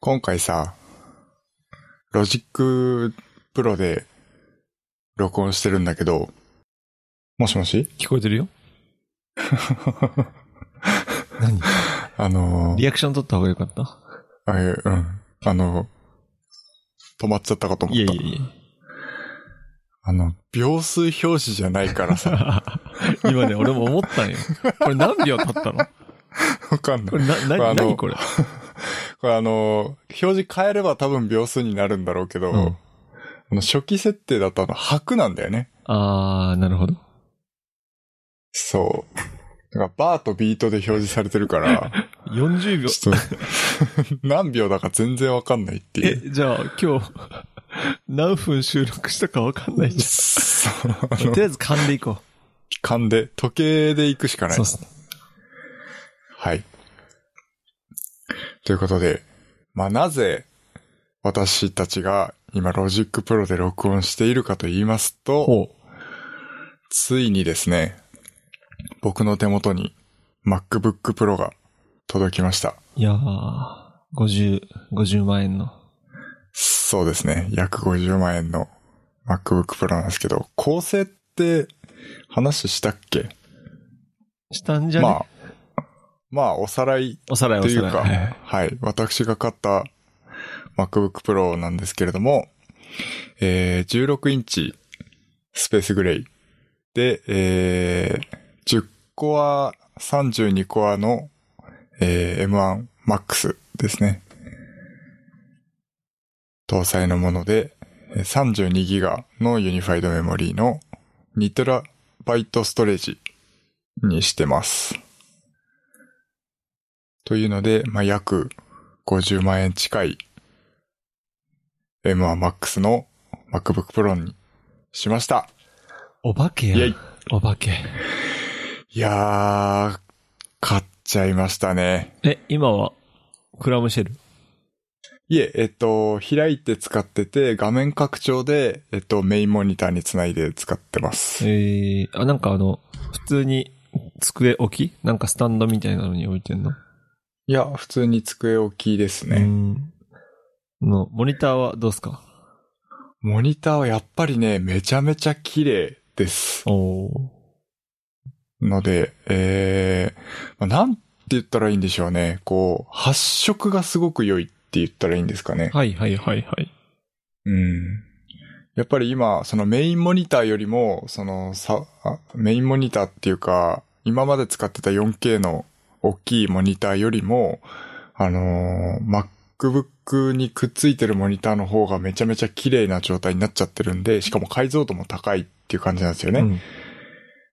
今回さ、ロジックプロで録音してるんだけど、もしもし聞こえてるよ何あのーリアクション取った方がよかったあえうん。あのー止まっちゃったかと思った。いやいやいや。あの、秒数表示じゃないからさ、 今ね、俺も思ったんよ。これ何秒経ったのわかんないこ。れな、な、まああの何これこれあのー表示変えれば多分秒数になるんだろうけど、うんあの初期設定だとあの、白なんだよね。あー、なるほど。そう。だからバーとビートで表示されてる から、 40秒。ちょっと、 何秒だか全然わかんないっていえう。、じゃあ今日、何分収録したかわかんないじそうあゃん。とのりあえず噛んでいこ勘で、時計で行くしかう。ないそうっ。すね。はい。ということで、まあ、なぜ、私たちが今、ロジックプロで録音しているかと言いますと、ほついにですね、僕の手元に MacBook Pro が届きました。う。いやー、50、50万円の。そうですね。約50万円の MacBook Pro なんですけど、構成って話したっけしたんじゃね、まあ、まあ、おさらいおさらいおといさうらい。か、はいはい。私が買った MacBook Pro なんですけれども、えー、16インチスペースグレイで、えー、10コア、32コアの、えー M1 Max ですね。搭載のもので、えー 32GB のユニファイドメモリーの 2TB ストレージにしてます。というので、まあ、約50万円近い M1MAX の MacBook Pro にしました。お化けイェやイ。お化け。いやー、買っちゃいましたね。え、今は、クラムシェル。いえ、えっと、開いて使ってて、画面拡張で、えっと、メインモニターにつないで使ってます。ええあ、なんかあの、普通に机置きなんかスタンドみたいなのに置いてんの、いや、普通に机置きですうね。ん。の、モニターはどうすかモニターはやっぱりね、めちゃめちゃ綺麗です。おお。ので、えーまあ、なんて言ったらいいんでしょうね。こう、発色がすごく良いって言ったらいいんですかね。はいはいはいはい。うん。やっぱり今、そのメインモニターよりも、そのさ、あメインモニターっていうか、今まで使ってた 4K の大きいモニターよりも、あのー MacBook にくっついてるモニターの方がめちゃめちゃ綺麗な状態になっちゃってるんで、しかも解像度も高いっていう感じなんですよね。うん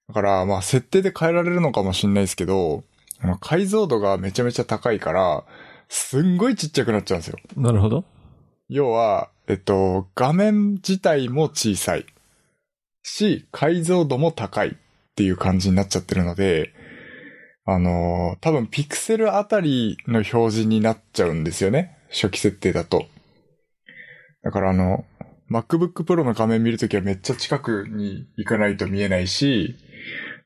だから、まあ、設定で変えられるのかもしれないですけど、あの、解像度がめちゃめちゃ高いから、すんごいちっちゃくなっちゃうんですよ。なるほど。要は、えっと、画面自体も小さいし、解像度も高いっていう感じになっちゃってるので、あのー多分ピクセルあたりの表示になっちゃうんですよね。初期設定だと。だからあの、MacBook Pro の画面見るときはめっちゃ近くに行かないと見えないし、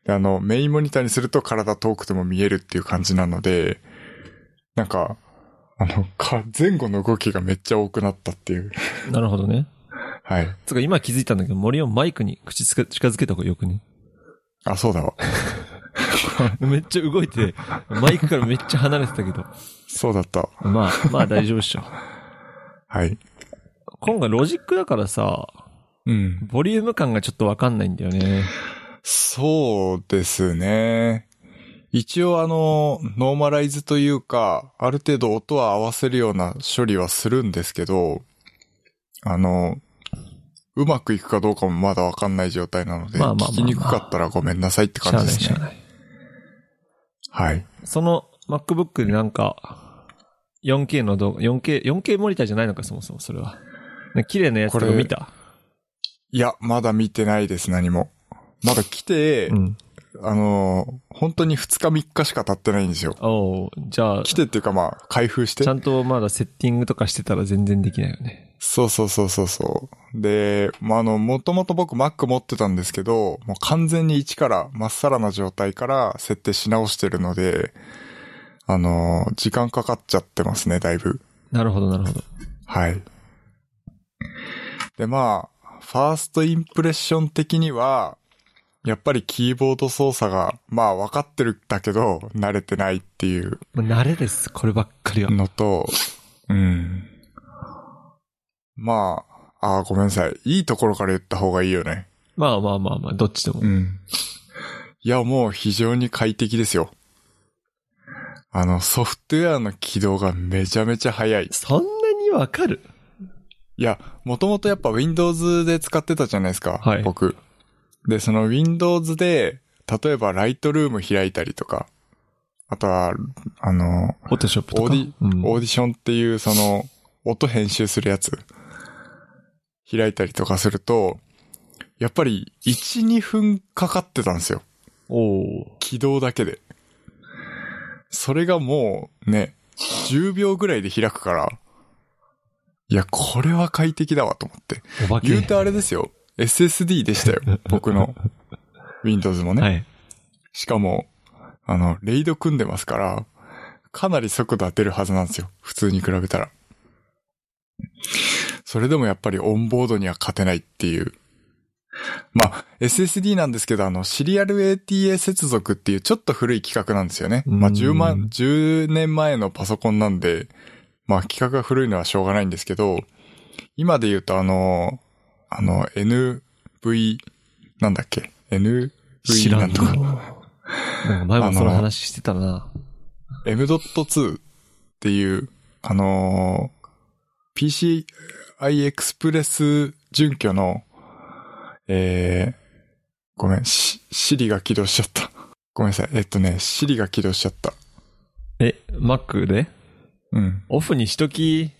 であの、メインモニターにすると体遠くても見えるっていう感じなので、なんか、あの、か、前後の動きがめっちゃ多くなったって いう。なるほどね。はい。つうか今気づいたんだけど、森をマイクに口つけ近づけた方がよくね。 あ、そうだわ。めっちゃ動いて、マイクからめっちゃ離れてたけど。そうだった。まあ、まあ大丈夫っしょ。はい。今回ロジックだからさ、うん。ボリューム感がちょっとわかんないんだよね。そうですね。一応あの、ノーマライズというか、ある程度音は合わせるような処理はするんですけど、あの、うまくいくかどうかもまだわかんない状態なので、まあまあまあまあ聞きにくかったらごめんなさいってしゃあ感ないじでしすゃね。あない。はい。その MacBook でなんか、4K の動画、4K、4K モニターじゃないのか、そもそもそれは。ね綺麗なやつとかこれ見たいや、まだ見てないです、何も。まだ来て、うん。あの、本当に2日3日しか経ってないんですよ。おうじゃあ、来ちてっていうかまあ、開封してゃ。んとまだセッティングとかしてたら全然できないよね。そうそうそうそうそう。で、まあ、あの、もともと僕 Mac 持ってたんですけど、もう完全に一から、まっさらな状態から設定し直してるので、あの、時間かかっちゃってますね、だいぶ。なるほど、なるほど。はい。で、まあ、ファーストインプレッション的には、やっぱりキーボード操作が、まあ分かってるんだけど、慣れてないっていうまあ慣れです、こればっかりは。のと、うん。まあ、ああ、ごめんなさい。いいところから言った方がいいよね。まあまあまあまあ、どっちでも。うん。いや、もう非常に快適ですよ。あの、ソフトウェアの起動がめちゃめちゃ早い。そんなにわかるいや、もともとやっぱ Windows で使ってたじゃないですか。はい僕。で、その Windows で、例えば Lightroom 開いたりとか、あとは、あの、フォトショップとか。オーうんオーディションっていうその、音編集するやつ、開いたりとかすると、やっぱり1、2分かかってたんですよ。おー起動だけで。それがもうね、10秒ぐらいで開くから、いや、これは快適だわと思って。お化け。言うてあれですよ。SSD でしたよ。僕 の Windows もね。はい。しかも、あの、レイド組んでますから、かなり速度当てるはずなんですよ。普通に比べたら。それでもやっぱりオンボードには勝てないっていう。まあ、SSD なんですけど、あの、シリアル ATA 接続っていうちょっと古い企画なんですよね。まあ、うん10万、10年前のパソコンなんで、まあ、企画が古いのはしょうがないんですけど、今で言うとあの、あの、NV、なんだっけ ?NV 知らなんんけとどかなん。か前もその話してたな。 M.2 っていう、あのー PCI Express 準拠の、えー、ごめん、シシリが起動しちゃった。ごめんなさい。えっとね、シリが起動しちゃった。え、Mac でうん。オフにしとき。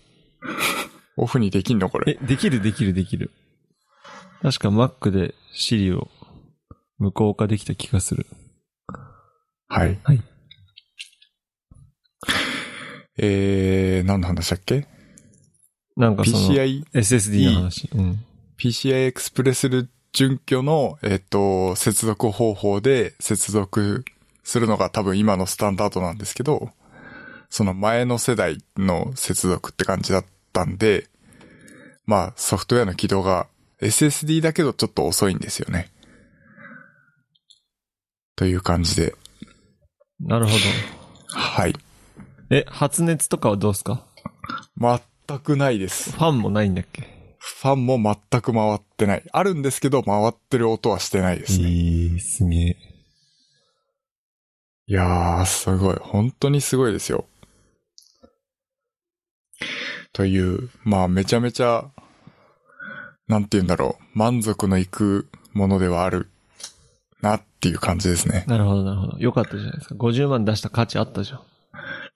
オフにできんのこれ。え、できるできるできる。確か Mac で Siri を無効化できた気がする。はい。はい。えー、何の話だっけなんかその ?PCI、 SSD の話。うん。 PCI Express 準拠の、えっと、接続方法で接続するのが多分今のスタンダードなんですけど、その前の世代の接続って感じだったんで、まあソフトウェアの起動が SSD だけどちょっと遅いんですよね。という感じで。なるほど。はい。え、発熱とかはどうすか全くないですフ。ァンもないんだっけファンも全く回ってない。あるんですけど回ってる音はしてないですね。いい、すげえ。いやー、すごい。本当にすごいですよ。という、まあ、めちゃめちゃ、なんて言うんだろう。満足のいくものではあるなっていう感じですね。なるほど、なるほど。よかったじゃないですか。50万出した価値あったじゃん。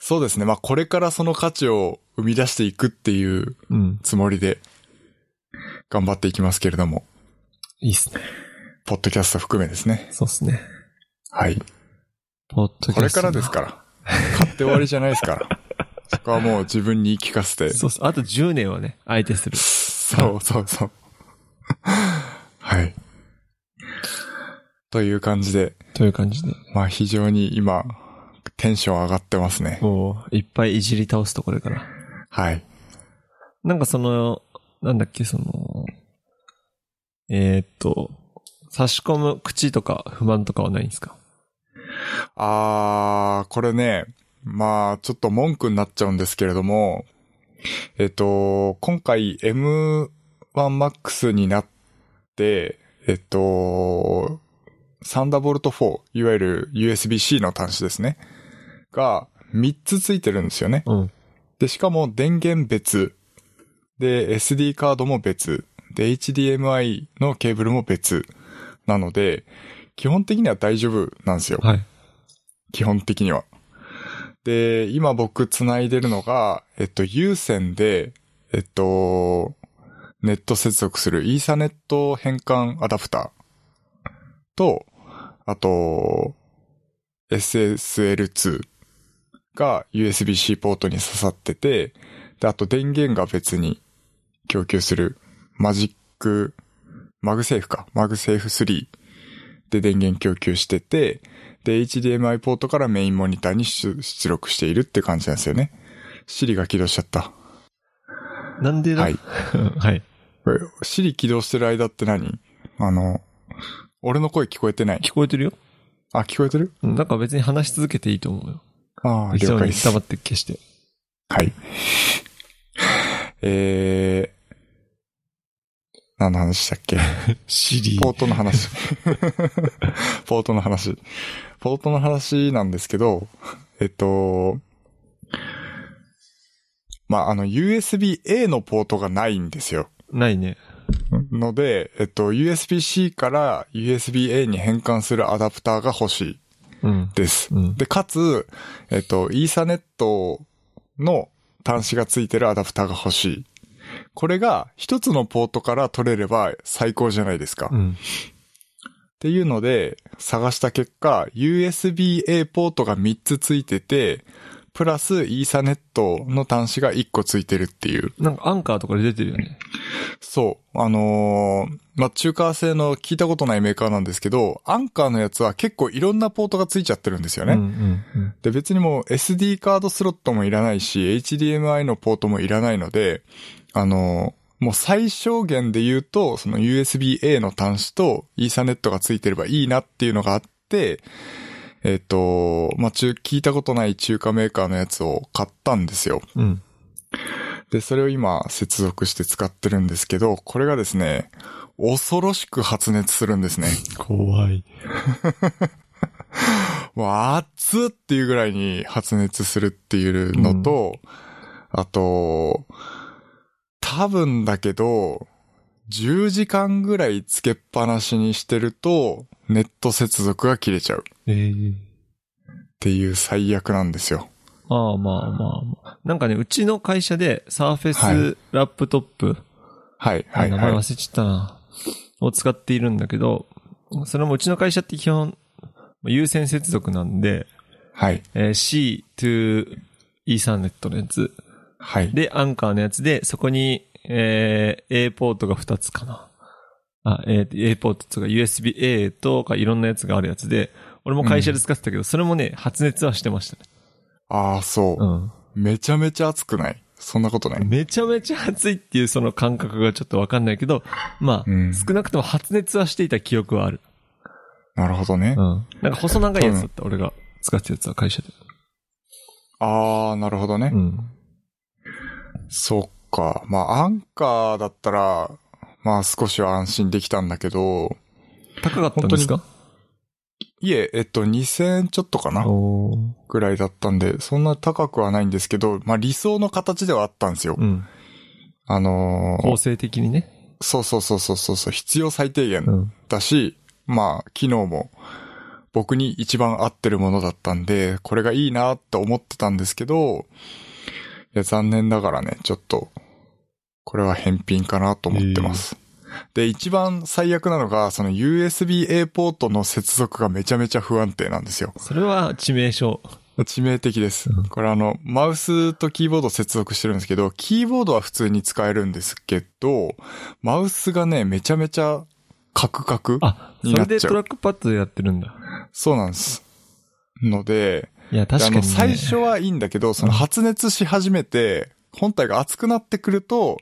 そうですね。まあ、これからその価値を生み出していくっていううん。つもりで、頑張っていきますけれども、いいっすね。ポッドキャスト含めですね。そうっすね。はい。ポッドキャストな。これからですから。 買って終わりじゃないですから。そこはもう自分に言い聞かせて。そうっす。あと10年はね、相手する。そうそうそう。はい。という感じで、という感じで。まあ非常に今、テンション上がってますね。もう、いっぱいいじり倒すと、これから。はい。なんかその、なんだっけ、その、えー、っと、差し込む口とか不満とかはないんですかあー、これね、まあちょっと文句になっちゃうんですけれども、えっと、今回 M1MAX になって、えっと、サンダーボルト4、いわゆる USB-C の端子ですね。が、3つついてるんですよね。うん。で、しかも電源別。で、SD カードも別。で、HDMI のケーブルも別。なので、基本的には大丈夫なんですよ。はい。基本的には。で、今僕繋いでるのが、えっと、有線で、えっと、ネット接続するイーサネット変換アダプターと、あと、SSL2 が USB-C ポートに刺さってて、で、あと電源が別に供給するマジック、マグセーフか、マグセーフ3で電源供給してて、で、HDMI ポートからメインモニターに出出力しているって感じなんですよね。シリが起動しちゃった。なんでだはい はい。これ、シリ起動してる間って何あの、俺の声聞こえてない。聞こえてるよ。あ、聞こえてるうんなんか別に話し続けていいと思うよ。ああ、一了応解でにす。黙って消して。はい。えー、何の話したっけシリポートの話。ポートの話。ポートの話なんですけど、えっと、まあ、あの、USB-A のポートがないんですよ。ないね。ので、えっと、USB-C から USB-A に変換するアダプターが欲しいうん。です。うん。で、かつ、えっと、イーサネットの端子がついてるアダプターが欲しい。これが一つのポートから取れれば最高じゃないですか。うっん。ていうので、探した結果、USB-A ポートが3つついてて、プラスイーサネットの端子が1個ついてるっていう。なんかアンカーとかで出てるよね。そう。あのーまあ、中華製の聞いたことないメーカーなんですけど、アンカーのやつは結構いろんなポートがついちゃってるんですよね。うんうんで、別にもう SD カードスロットもいらないし、HDMI のポートもいらないので、あの、もう最小限で言うと、その USB-A の端子とイーサネットがついてればいいなっていうのがあって、えっ、と、まあ、中、聞いたことない中華メーカーのやつを買ったんですよ。うん。うん。で、それを今接続して使ってるんですけど、これがですね、恐ろしく発熱するんですね。怖い。もう熱っっていうぐらいに発熱するっていうのと、あと、多分だけど、10時間ぐらいつけっぱなしにしてると、ネット接続が切れちゃうっええていう最悪なんですよ。ああ、まあまあまあ。なんかね、うちの会社で、サーフはェスラップトップ、はい、はい、名前はい。忘れちゃったな、を使っているんだけど、それもうちの会社って基本、優先接続なんで、はい、えー C to Ethernet のやつ。はい。で、アンカーのやつで、そこに、えー A ポートが2つかな。あ、えー A ポートとか USB-A とかいろんなやつがあるやつで、俺も会社で使ってたけど、それもね、発熱はしてましたね。ああ、そう、うめちゃめちゃ熱くないそんなことないん。。めちゃめちゃ暑いっていうその感覚がちょっとわかんないけど、まあ、うん少なくとも発熱はしていた記憶はある。なるほどねう。ん。なんか細長いやつだった、俺が使ってたやつは会社で。ああ、なるほどね。うん。そっか。まあ、アンカーだったら、まあ少しは安心できたんだけど、高かったんですかいえ、えっと、2000円ちょっとかなおーぐらいだったんで、そんな高くはないんですけど、まあ理想の形ではあったんですよ。うん。あのー構成的にね。そうそうそうそうそうそう、必要最低う限ん。だし、まあ、機能も僕に一番合ってるものだったんで、これがいいなって思ってたんですけど、いや、残念ながらね、ちょっと、これは返品かなと思ってます。で、一番最悪なのが、その USB-A ポートの接続がめちゃめちゃ不安定なんですよ。それは致命傷。致命的です。これあの、マウスとキーボード接続してるんですけど、キーボードは普通に使えるんですけど、マウスがね、めちゃめちゃカクカク。あ、そになれっちゃうでトラックパッドでやってるんだ。そうなんです。ので、いや、確かに、あのね。最初はいいんだけど、その発熱し始めて、本体が熱くなってくると、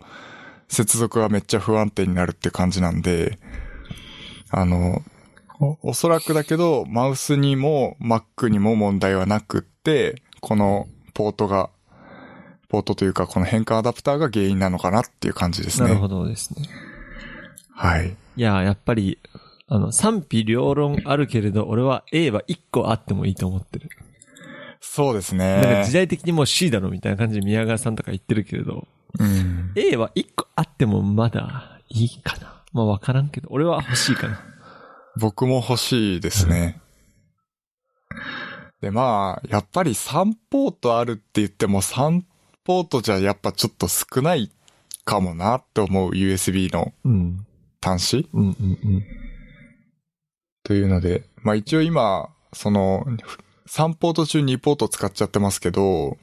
接続がめっちゃ不安定になるって感じなんで、あの、おおそらくだけど、マウスにも Mac にも問題はなくって、このポートが、ポートというかこの変換アダプターが原因なのかなっていう感じですなるね。ほどですね。はい。いや、やっぱり、あの、賛否両論あるけれど、俺は A は1個あってもいいと思ってる。そうですなんか時ね。代的にもう C だろみたいな感じで宮川さんとか言ってるけれど、うん。 A は1個あってもまだいいかな。まあわからんけど、俺は欲しいかな。僕も欲しいですね。で、まあ、やっぱり3ポートあるって言っても3ポートじゃやっぱちょっと少ないかもなって思う USB のうん。端子うんうんうん。というので、まあ一応今、その3ポート中2ポート使っちゃってますけど、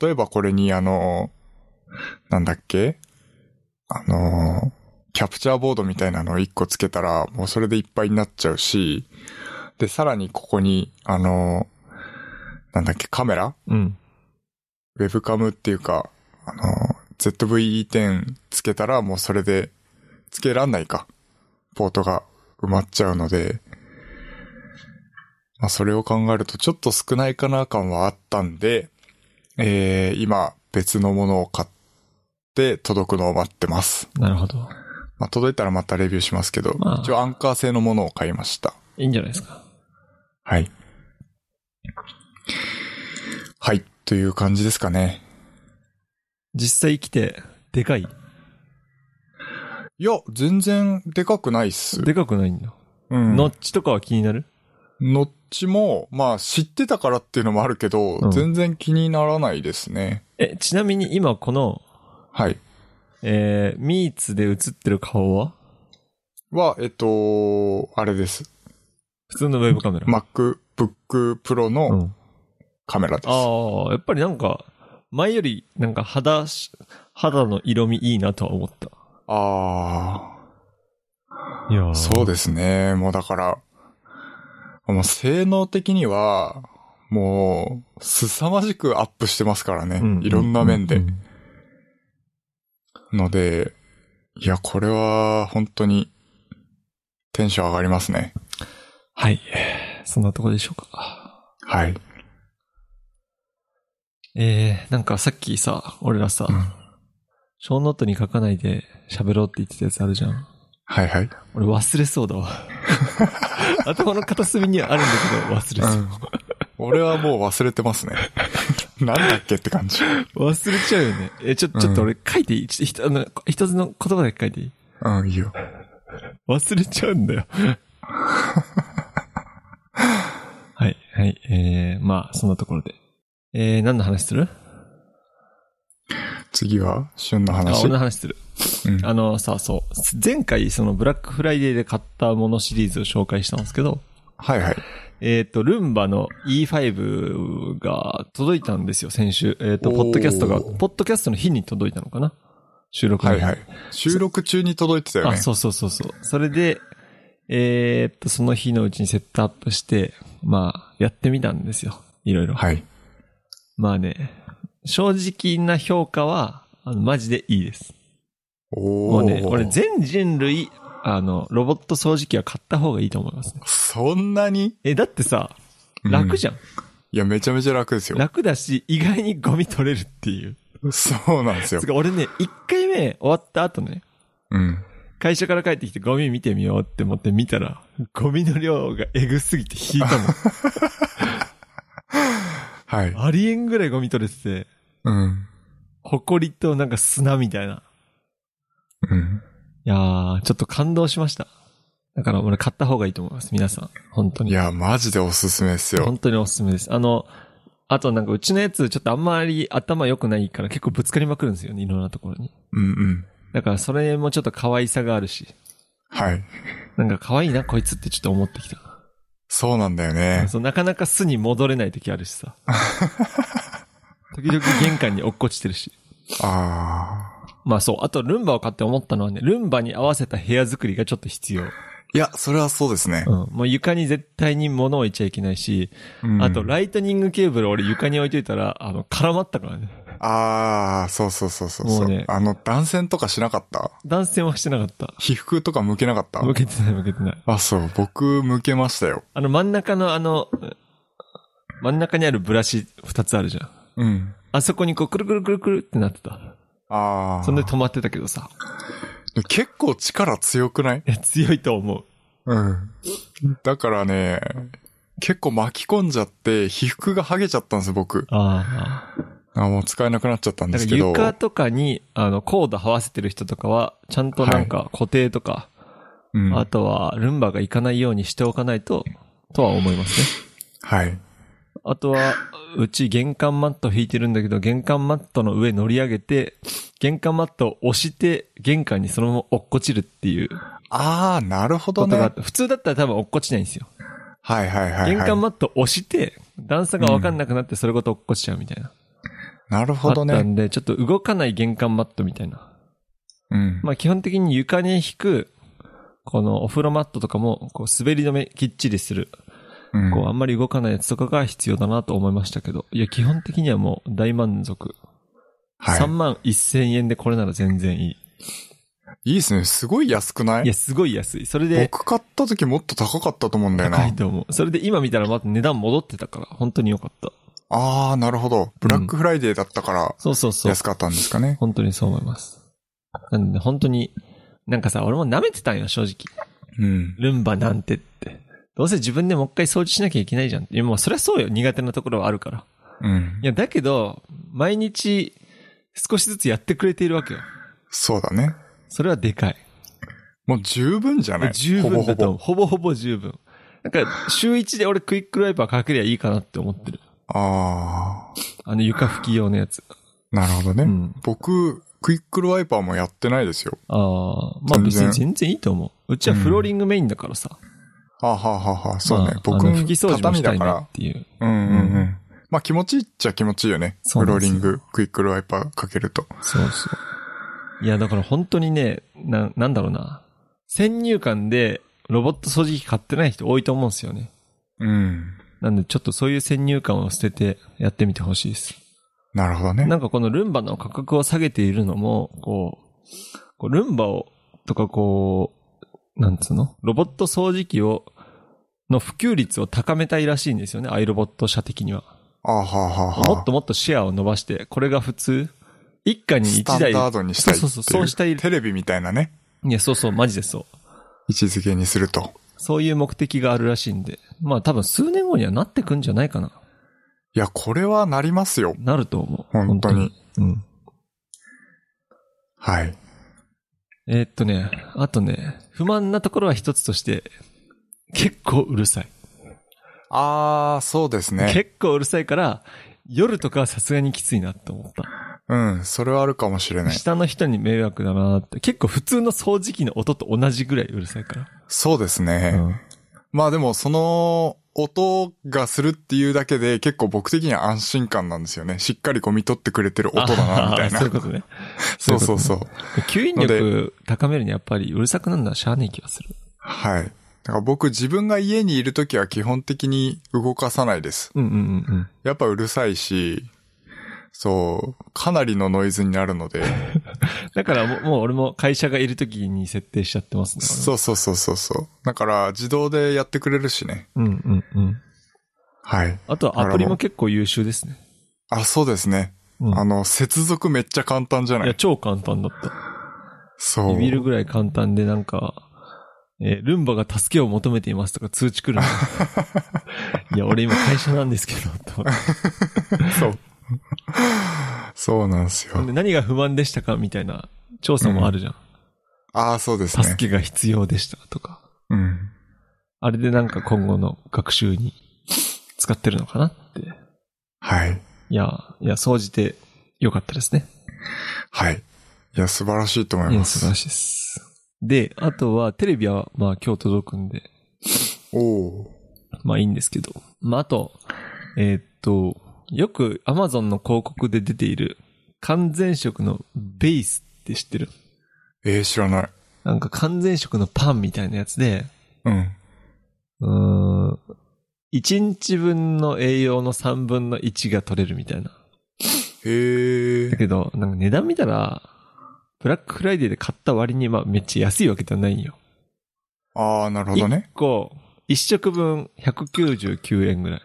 例えばこれにあの、なんだっけあの、キャプチャーボードみたいなのを1個つけたら、もうそれでいっぱいになっちゃうし、で、さらにここに、あの、なんだっけ、カメラうん。ウェブカムっていうか、あの、 ZVE10 つけたらもうそれで、つけらんないか。ポートが埋まっちゃうので、まあそれを考えるとちょっと少ないかな感はあったんで、えー、今別のものを買って届くのを待ってます。なるほど。まあ届いたらまたレビューしますけど、まあ一応アンカー製のものを買いました。いいんじゃないですか。はい。はい。という感じですかね。実際来て、でかいいや、全然でかくないっす。でかくないんだ。うんノッチとかは気になるノッチも、まあ知ってたからっていうのもあるけど、うん全然気にならないですね。え、ちなみに今この、はい。えー、ミーツで映ってる顔はは、えっと、あれです。普通のウェブカメラ。 MacBook Pro うのん。カメラです。ああ、やっぱりなんか、前よりなんか肌し、肌の色味いいなとは思った。あいやあ、そうでですね。もうだから、もう性能的には、もう、凄まじくアップしてますからね。いろんな面で。ので、いや、これは本当にテンション上がりますね。はい。そんなとこでしょうか。はい。えー、なんかさっきさ、俺らさ、うんショーノートに書かないで喋ろうって言ってたやつあるじゃん。はいはい。俺忘れそうだ わ。頭の片隅にはあるんだけど、忘れそう。俺はもう忘れてます ね。なんだっけって感じ。忘れちゃうよね。え、ちょ、ちょっと俺書いていいちょひとあの一つの言葉だけ書いていいうん、いいよ。忘れちゃうんだ よ。はい、はい、えー、まあ、そんなところで。えー、何の話する次は、旬のあ、話。俺うのん、話する。うんあのさ、そう。前回、その、ブラックフライデーで買ったものシリーズを紹介したんですけど、はいはい。えっ、と、ルンバの E5 が届いたんですよ、先週。えっ、と、おーポッドキャストが、ポッドキャストの日に届いたのかな収録のは日いはい。収録中に届いてたよね。あ、そうそうそうそう。それで、えーっと、その日のうちにセットアップして、まあ、やってみたんですよ。いろいろ。はい。まあね、正直な評価は、あのマジでいいです。もおうね、ー。俺全人類、あの、ロボット掃除機は買った方がいいと思いますね。そんなにえ、だってさ、楽じゃん。ゃん。いや、めちゃめちゃ楽ですよ。楽だし、意外にゴミ取れるっていう。そうなんですよつう。か俺ね、1回目終わった後ね、うん。会社から帰ってきてゴミ見てみようって思って見たら、ゴミの量がエグすぎて引いたもん。 はい。ありえんぐらいゴミ取れてて、うん。ほこりとなんか砂みたいな。うん。いやー、ちょっと感動しました。だから俺買った方がいいと思います、皆さん。本当いに。や、マジでおすすめですよ。本当におすすめです。あの、あとなんかうちのやつちょっとあんまり頭良くないから結構ぶつかりまくるんですよね、いろんなところに。うんうん。だからそれもちょっと可愛さがあるし、はい。なんか可愛いなこいつってちょっと思ってきた。そうなんだよね。そうなかなか巣に戻れない時あるし さ。時々玄関に落っこちてるし。ああ。まあそう。あとルンバを買って思ったのはね、ルンバに合わせた部屋作りがちょっと必要。いや、それはそうですねう。ん。もう床に絶対に物を置いちゃいけないし、うんあとライトニングケーブルを俺床に置いといたら、あの、絡まったからね。ああ、そうそうそうそうもそうう、ねあの、断線とかしなかった断線はしてなかった。被覆とか向けなかった向けてない向けてない。あ、そう、僕向けましたよ。あの真ん中のあの、真ん中にあるブラシ二つあるじゃん。うん。あそこにこう、くるくるくるくるってなってた。ああ。そんで止まってたけどさ。で結構力強くないいや、強いと思う。うん。だからね、結構巻き込んじゃって、被覆が剥げちゃったんですよ、僕。ああ。あもう使えなくなっちゃったんでだすかけらど。床とかに、あの、コード這わせてる人とかは、ちゃんとなんか固定とか、うん。あとは、ルンバが行かないようにしておかないと、とは思いますね。はい。あとは、うち玄関マット引いてるんだけど、玄関マットの上乗り上げて、玄関マットを押して、玄関にそのまま落っこちるっていうああ、なるほこどとね。があはっいて、普通だったら多分落っこちないんですよ。はいはい、はい。玄関マットを押して、段差がわかんなくなってそれごと落っこちちゃうみたいな。なるほどあったね。んで、ちょっと動かない玄関マットみたいな。うん。まあ基本的に床に引く、このお風呂マットとかも、こう滑り止めきっちりするうんこう、あんまり動かないやつとかが必要だなと思いましたけど、いや、基本的にはもう大満足。はい3万1000円でこれなら全然いい。いいですね。すごい安くないいや、すごい安い。それで、僕買った時もっと高かったと思うんだよ高。ないと思う。それで今見たらまた値段戻ってたから、本当によかった。あー、なるほど。ブラックフライデーだったからそうそうそう。安かったんですかね。本当にそう思います。なんで、本当に、なんかさ、俺も舐めてたんよ、正直。うん。ルンバなんてって。どうせ自分でもう一回掃除しなきゃいけないじゃんって。いや、もうそりゃそうよ。苦手なところはあるから。うんい。や、だけど、毎日、少しずつやってくれているわけよ。そうだね。それはでかい。もう十分じゃない十ほぼ分ほだと思ぼ。う。ほぼほぼ十分。なんか、週一で俺クイックワイパーかけりゃいいかなって思ってる。ああの床拭き用のやつ。ー、なるほどね。うん。僕、クイックルワイパーもやってないですよ。ああ、まあ全然別に全然いいと思う。うちはフローリングメインだからさ。あはあはあはあ、そうね。まあ僕あもの拭き掃除も畳しただいかならっ。ていう。うんうんうん。まあ気持ちいいっちゃ気持ちいいよね。そうフなローんですリよング、クイックルワイパーかけると。そうそう。いや、だから本当にね、な、なんだろうな。先入観でロボット掃除機買ってない人多いと思うんですよね。うん。なんでちょっとそういう先入観を捨ててやってみてほしいです。なるほどね。なんかこのルンバの価格を下げているのも、こう、こうルンバを、とかこう、なんつうのロボット掃除機を、の普及率を高めたいらしいんですよね。アイロボット社的には。あはあはあはあ。もっともっとシェアを伸ばして、これが普通。一家にス一タン台。ダードにしたいっていそうそうそうそうしたいテレビみたいなね、いや、そうそう、マジでそう。位置づけにすると。そういう目的があるらしいんで。まあ多分数年後にはなってくんじゃないかな。いや、これはなりますよ。なると思う。本当に。うん。はい。えーっとね、あとね、不満なところは一つとして、結構うるさい。あー、そうですね。結構うるさいから、夜とかはさすがにきついなって思った。うん、それはあるかもしれない。下の人に迷惑だなって。結構普通の掃除機の音と同じぐらいうるさいかそうですねら。。うんまあでも、その、音がするっていうだけで、結構僕的には安心感なんですよね。しっかりこう見取ってくれてる音だな、みたいな そういう。ことね。 そうそううそう。いうことね。吸引力高めるにはやっぱりうるさくなるのはしゃあねえ気がする。はい。だから僕自分が家にいるときは基本的に動かさないです。うんうんうんうん。やっぱうるさいし、そう、かなりのノイズになるので、だからもう、もう俺も会社がいる時に設定しちゃってますね。俺もそうそうそうそうそう。だから自動でやってくれるしね。うんうんうん。はい。あとはアプリも結構優秀ですね。あ、そうですね。うんあの、接続めっちゃ簡単じゃないや、い超簡単だった。そう。ビビるぐらい簡単でなんか、えールンバが助けを求めていますとか通知 来るのいや、俺今会社なんですけど、と思っそう。 そうなんですてよで。何が不満でしたかみたいな調査もあるじゃん。ああ、そうですね。助けが必要でしたとか。うん。あれでなんか今後の学習に使ってるのかなって。はい。いや、いや、総じて良かったですね。はい。いや、素晴らしいと思いいや、ま素す晴。らしいです。で、あとは、テレビは、まあ今日届くんで、おおまあいいんですけど。まああと、えーっと、よく Amazon の広告で出ている、完全食のベースって知ってるー。えー、知らない。なんか完全食のパンみたいなやつで、うん。うーん、1日分の栄養の3分の1が取れるみたいな。へえだ。けど、なんか値段見たら、ブラックフライデーで買った割に、まあめっちゃ安いわけではないんよ。ああ、なるほどね。 1個、1食分199円ぐらい。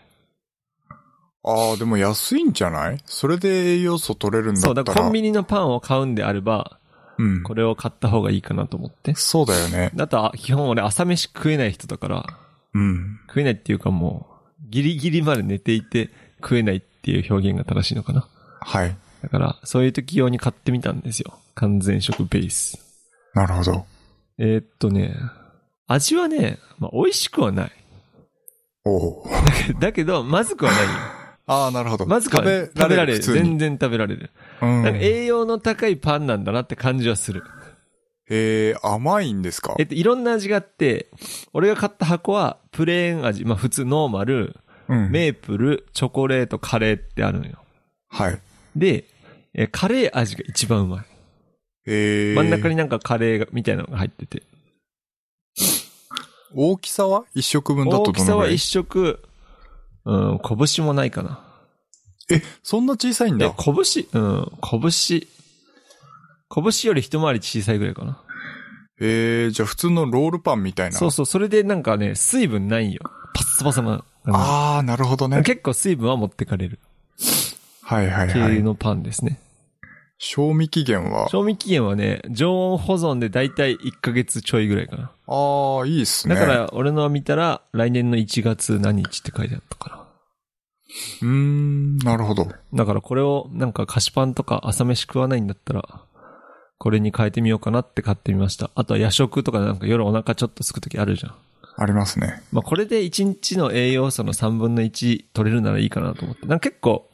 ああ、でも安いんじゃないそれで栄養素取れるんだったそう、ら。だからコンビニのパンを買うんであれば、うん。これを買った方がいいかなと思って。そうだよね。あとは、基本俺朝飯食えない人だから、うん。食えないっていうかもう、ギリギリまで寝ていて食えないっていう表現が正しいのかな。はい。だから、そういう時用に買ってみたんですよ。完全食ベース。なるほど。えーっとね、味はね、まあ、美味しくはない。 おお。だけど、まずくはないよ。ああ、なるほど。まずくは食ないべられる。普通全に。然食べられる。うんなんか栄養の高いパンなんだなって感じはする。えー、甘いんですかえっと、いろんな味があって、俺が買った箱は、プレーン味、まあ普通ノーマル、うん。メープル、チョコレート、カレーってあるのよ。はい。で、えカレー味が一番うまい。えー、真ん中になんかカレーがみたいなのが入ってて。大きさは一食分だと大どきさのぐはらい一食、うん、拳もないかな。え、そんな小さいんえだ。、拳、うん、拳。拳より一回り小さいぐらいかな。えー、じゃあ普通のロールパンみたいな。そうそう、それでなんかね、水分ないよ。パッサパサな。あああ、なるほどね。結構水分は持ってかれるはいはいは系い。のパンですね。賞味期限は賞味期限はね、常温保存でだいたい1ヶ月ちょいぐらいかな。ああ、いいっすね。だか、ら、俺のは見たら、来年の1月何日って書いてあったかうーん、なるほど。ら。だからこれを、なんか菓子パンとか朝飯食わないんだったら、これに変えてみようかなって買ってみました。あとは夜食とかなんか夜お腹ちょっとすくときあるじゃん。ありますね。まあこれで1日の栄養素の3分の1取れるならいいかなと思って。なんか結構、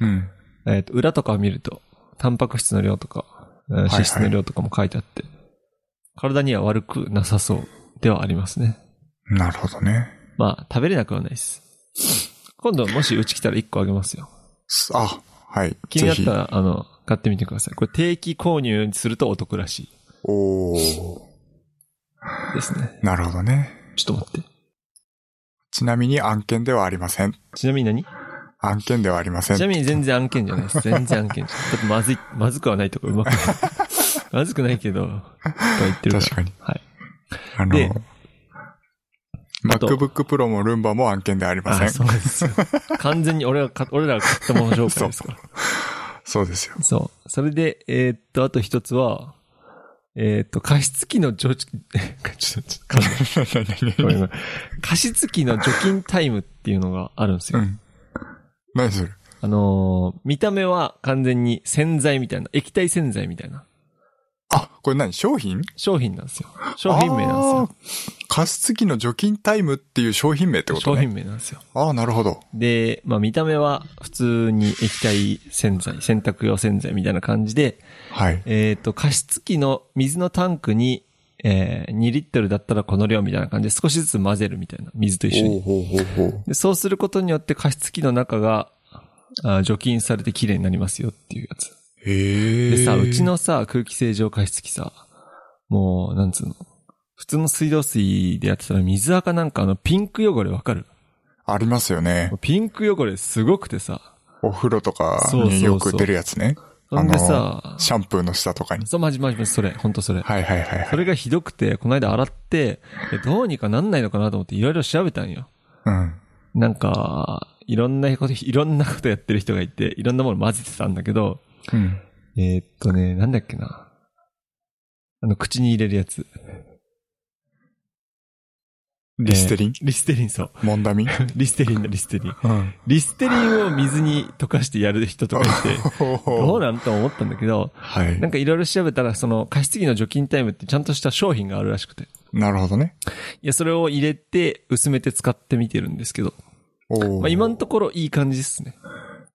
うん。えっ、と、裏とかを見ると、タンパク質の量とか、えーいはい脂質の量とかも書いてあって、体には悪くなさそうではありますね。なるほどね。まあ、食べれなくはないです。今度、もしうち来たら1個あげますよ。すあ、はい。気になっぜたひ。ら、あの、買ってみてください。これ定期購入にするとお得らしいおー。ですね。なるほどね。ちょっと待って。ちなみに案件ではありません。ちなみに何案件ではありません。ちなみに全然案件じゃないです。全然案件じゃない。ちょっと まずい、まずくはないとか、うまくない。 まずくないけど、とか言ってるから。確かに。はい。あので、あと MacBook Pro もルンバも案件ではありませあ、ん。そうですよ。完全に俺が買、俺らが買ったもの紹介ですから。そうです よ。そう。それで、えーっと、あと一つは、えーっと、加湿器の除菌、 ちょっと、ちょっと噛んだ ごめんごめん 加湿器の除菌タイムっていうのがあるんですうよ。ん。何それあのー見た目は完全に洗剤みたいな、液体洗剤みたいなあ、これ何商品商品なんですよ。商品名なんでですよ。加湿器の除菌タイムっていう商品名ってすよ。こと商ね。品名なんですよ。ああ、なるほど。で、まあ見た目は普通に液体洗剤、洗濯用洗剤みたいな感じで、はい。えっ、と、加湿器の水のタンクに、えー2リットルだったらこの量みたいな感じで少しずつ混ぜるみたいな、水と一緒ほにう。ほうほうほう。でそうすることによって加湿器の中があー除菌されて綺麗になりますよっていうやつ。へえ。でさ、うち。のさ、空気清浄加湿器さ、もう、なんつうの。普通の水道水でやってたら水垢なんかあのピンク汚れわかるありますよね。ピンク汚れすごくてさ。お風呂とかそうそうそうによく出るやつね。ほんでさ、シャンプーの下とかに。そう、まじまじまじ、それ、ほんとそれ。はいはいはいはい。それがひどくて、この間洗って、えどうにかなんないのかなと思っていろいろ調べたんよ。うん。なんか、いろんなこと、いろんなことやってる人がいて、いろんなもの混ぜてたんだけど、うん。えーっとね、なんだっけな。あの、口に入れるやつ。リステリン、リステリン、そう。モンダミンリステリンだ、リステリン。 うん。リステリンを水に溶かしてやる人とかいて、 どうはなんと思ったんだけど、いなん。かいろいろ調べたら、その、加湿器の除菌タイムってちゃんとした商品があるらしくて。なるほどね。いや、それを入れて、薄めて使ってみてるんですけど。おまあ、今のとところいい感じですね。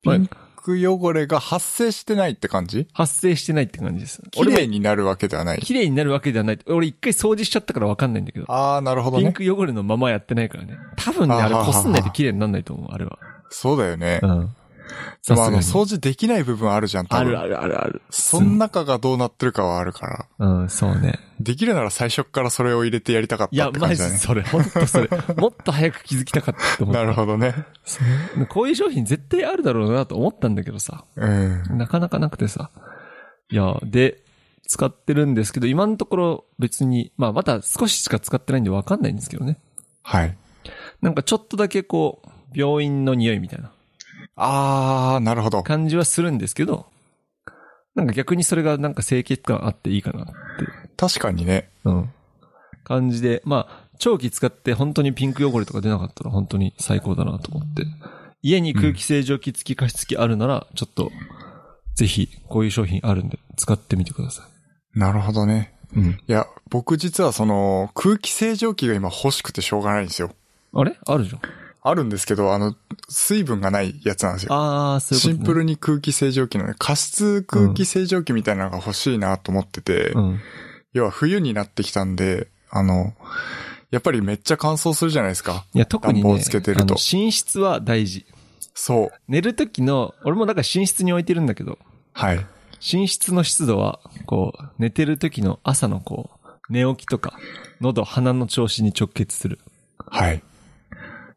ピまあンク汚れが発生してないって感じ発生してないって感じです。綺俺も麗になるわけではない。綺麗になるわけではない。俺一回掃除しちゃったからわかんないんだけど。ああ、なるほどピンね。ク汚れのままやってないからね。多分ね、あはあれはは擦んないと綺麗にならないと思う、あれは。そうだよねう。ん。でさもあすがの、に。掃除できない部分あるじゃん、多あ分。るあるあるある。その中がどうなってるかはあるから。うん、そうね。できるなら最初っからそれを入れてやりたかっいたや、って感マじジだね。それ、ほんとそれ。もっと早く気づきたかったと思った。なるほどね。そうこういう商品絶対あるだろうなと思ったんだけどさ。うん。なかなかなくてさ。いや、で、使ってるんですけど、今のところ別に、まあまだ少ししか使ってないんでわかんないんですけどね。はい。なんかちょっとだけこう、病院の匂いみたいなああ、なるほど。感じはするんですけど、なんか逆にそれがなんか清潔感あっていいかなって、確かにね。うん。感じで、まあ、長期使って本当にピンク汚れとか出なかったら本当に最高だなと思って。家に空気清浄機付き加湿器あるなら、ちょっと、ぜひ、こういう商品あるんで、使ってみてくださなるほどね。い。うん。いや、僕実はその、空気清浄機が今欲しくてしょうがないんですよ。あれあるじゃん。あるんですけど、あの、水分がないやつなんですよ。あー、そういうシこと、ね。ンプルに空気清浄機のね、加湿空気清浄機みたいなのが欲しいなと思ってて、うん。要は冬になってきたんで、あの、やっぱりめっちゃ乾燥するじゃないですか。いや、特に暖ね、房つけてるとあの寝室は大事。そう。寝る時の、俺もだから寝室に置いてるんだけど、はい。寝室の湿度は、こう、寝てる時の朝のこう、寝起きとか、喉、鼻の調子に直結する。はい。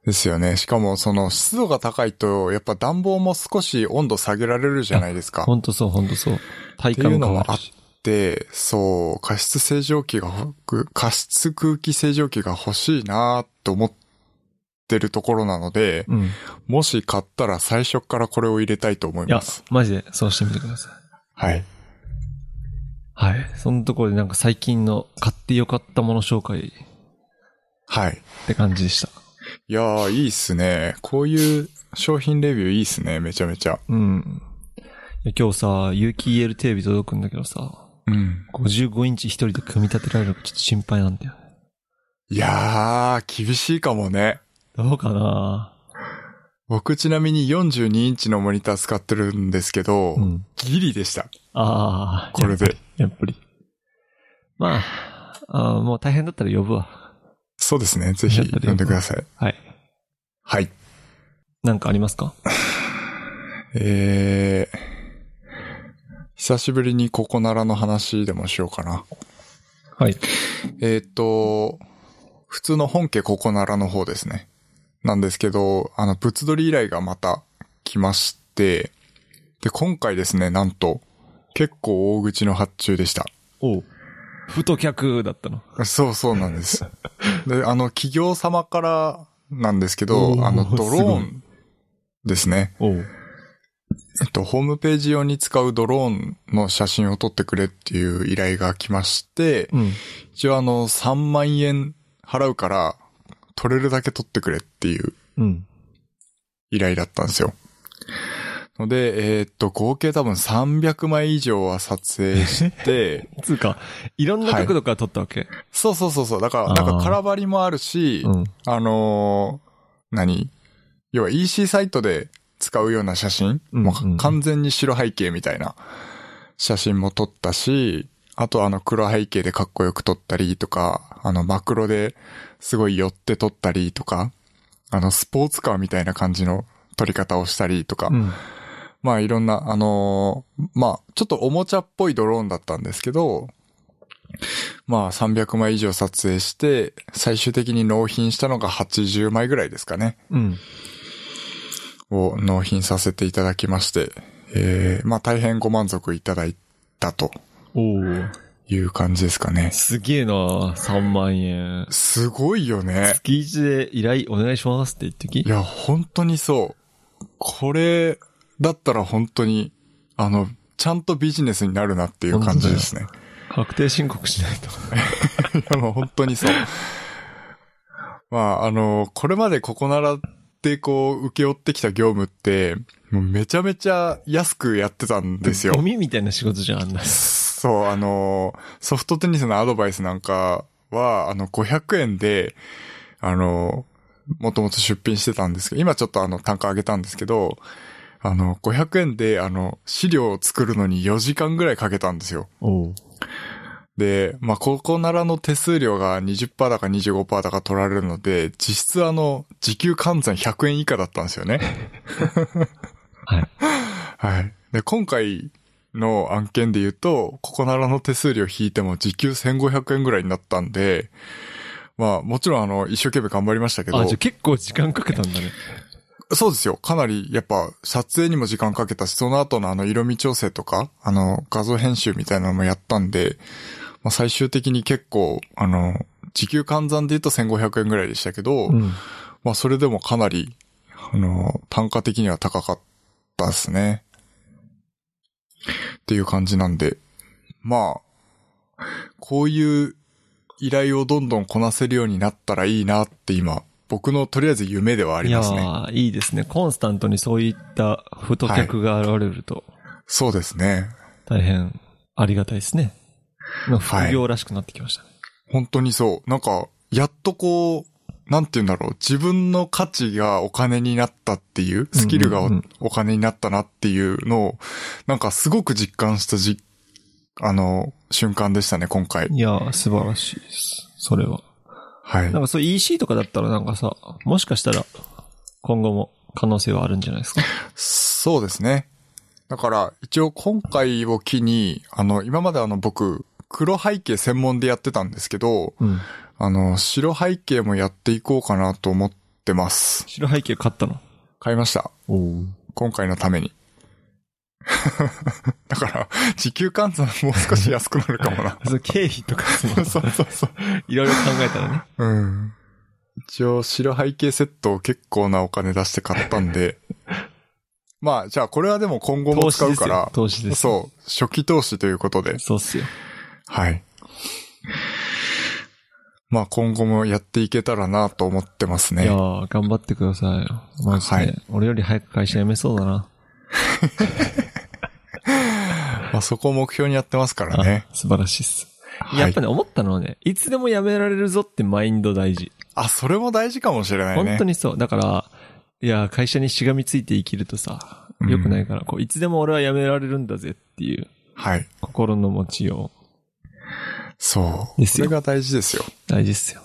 ですよね。しかも、その湿度が高いと、やっぱ暖房も少し温度下げられるじゃないですか。ほんとそう、ほんとそう。体ってい感うもの変もわあるっし。て、そう、加湿清浄機がほ、加湿空気清浄機が欲しいなと思ってるところなので、うん。いもし買ったら最初からこれを入れたいと思いやます。、マジで、そうしてみてください。はい。はい。そのところでなんか最近の買ってよかったもの紹介はい。って感じでした。いやー、いいっすね。こういう商品レビューいいっすね。めちゃめちゃ。うん。いや今日さ、有機 EL テレビ届くんだけどさ、うん。 55インチ一人で組み立てられるかちょっと心配なんだよね。いやー、厳しいかもね。どうかな僕ちなみに42インチのモニター使ってるんですけど、うん。ギリでした。ああ、これで。やっぱり。まあ、あーもう大変だったら呼ぶわ。そうですね。ぜひやったらいい読んでください。はい。はい。なんかありますかえー、久しぶりにここならの話でもしようかな。はい。えーっと、普通の本家ここならの方ですね。なんですけど、あの、物撮り依頼がまた来まして、で、今回ですね、なんと、結構大口の発注でした。おう。太客だったの。そうそうなんです。 で、あの、企業様からなんですけおーど、あの、ドローすごンですね。おう。えっと、ホームページ用に使うドローンの写真を撮ってくれっていう依頼が来まして、うん。一応あの、3万円払うから、撮れるだけ撮ってくれっていううん。依頼だったんですよ。ので、えーっと、合計多分300枚以上は撮影して、 つうか、いろんな角度から撮ったわけ。そうそうそうそう、だから、あーなんか空張りもあるし、うん。あのー何要は EC サイトで使うような写真、うんもうんう完全に白背景みたいな写真も撮ったし、あとあの黒背景でかっこよく撮ったりとか、あのマクロですごい寄って撮ったりとか、あのスポーツカーみたいな感じの撮り方をしたりとか、うん。まあいろんな、あのーまあちょっとおもちゃっぽいドローンだったんですけど、まあ300枚以上撮影して、最終的に納品したのが80枚ぐらいですかね、うん。を納品させていただきまして、えー、まあ大変ご満足いただいたとおう。いう感じですかね。すげえな3万円。すごいよね。月一で依頼お願いしますって言ってきいや、本当にそう。これだったら本当に、あの、ちゃんとビジネスになるなっていう感じですね。確定申告しないと。い や、もう本当にそう。まあ、あの、これまでここならってこう、受け負ってきた業務って、もうめちゃめちゃ安くやってたんですゴよ。ミみたいな仕事じゃん、あんな。そう、あの、ソフトテニスのアドバイスなんかは、あの、500円で、あの、もともと出品してたんですけど、今ちょっとあの、単価上げたんですけど、あの、500円で、あの、資料を作るのに4時間ぐらいかけたんですよ。おう。で、まあ、ここならの手数料が20%だか25%だか取られるので、実質あの、時給換算100円以下だったんですよね。 はい。はい。で、今回の案件で言うと、ここならの手数料引いても時給1500円ぐらいになったんで、まあ、もちろんあの、一生懸命頑張りましたけどあ、じゃあ、結構時間かけたんだね。そうですよ。かなり、やっぱ、撮影にも時間かけたし、その後のあの、色味調整とか、あの、画像編集みたいなのもやったんで、まあ、最終的に結構、あの、時給換算で言うと1500円ぐらいでしたけど、うん。まあ、それでもかなり、あの、単価的には高かったですね。っていう感じなんで、まあ、こういう依頼をどんどんこなせるようになったらいいなって今、僕のとりあえず夢ではありいやますね。ー、いいですね。コンスタントにそういった太客が現れると、そうですね。大変ありがたいですね。なんか副業らしくなってきましたね。本当にそう。なんか、やっとこう、なんて言うんだろう。自分の価値がお金になったっていう、スキルがうんうんうんおお金になったなっていうのを、なんかすごく実感したじ、あの、瞬間でしたね、今回。いやー、素晴らしいです。それは。はいなん。かそう EC とかだったらなんかさ、もしかしたら、今後も可能性はあるんじゃない ですか。そうですね。だから、一応今回を機に、あの、今まであの、僕、黒背景専門でやってたんですけど、うん。あの、白背景もやっていこうかなと思ってってます。白背景買ったの買いました。おお。。今回のために。 だから、時給換算もう少し安くなるかもなその経費とかその、 そうそうそう。いろいろ考えたら ね。うん。一応、白背景セットを結構なお金出して買ったん で。まあ、じゃあこれはでも今後も投資使でうすかよら。。投資です。そう、初期投資ということで。そうっすよ。はい。まあ今後もやっていけたらなと思ってますいやね。ー、頑張ってくださいよ。マジで。はい俺より早く会社辞めそうだな。まあそこを目標にやってますからね。あ素晴らしいっす。はいやっぱね、思ったのはね、いつでも辞められるぞってマインド大事。あ、それも大事かもしれないね。本当にそう。だから、いやー、会社にしがみついて生きるとさ、うん良くないから、こう、いつでも俺は辞められるんだぜっていうはい。心の持ちよう。そう。ですそよれが大事ですよ。大事っすよ。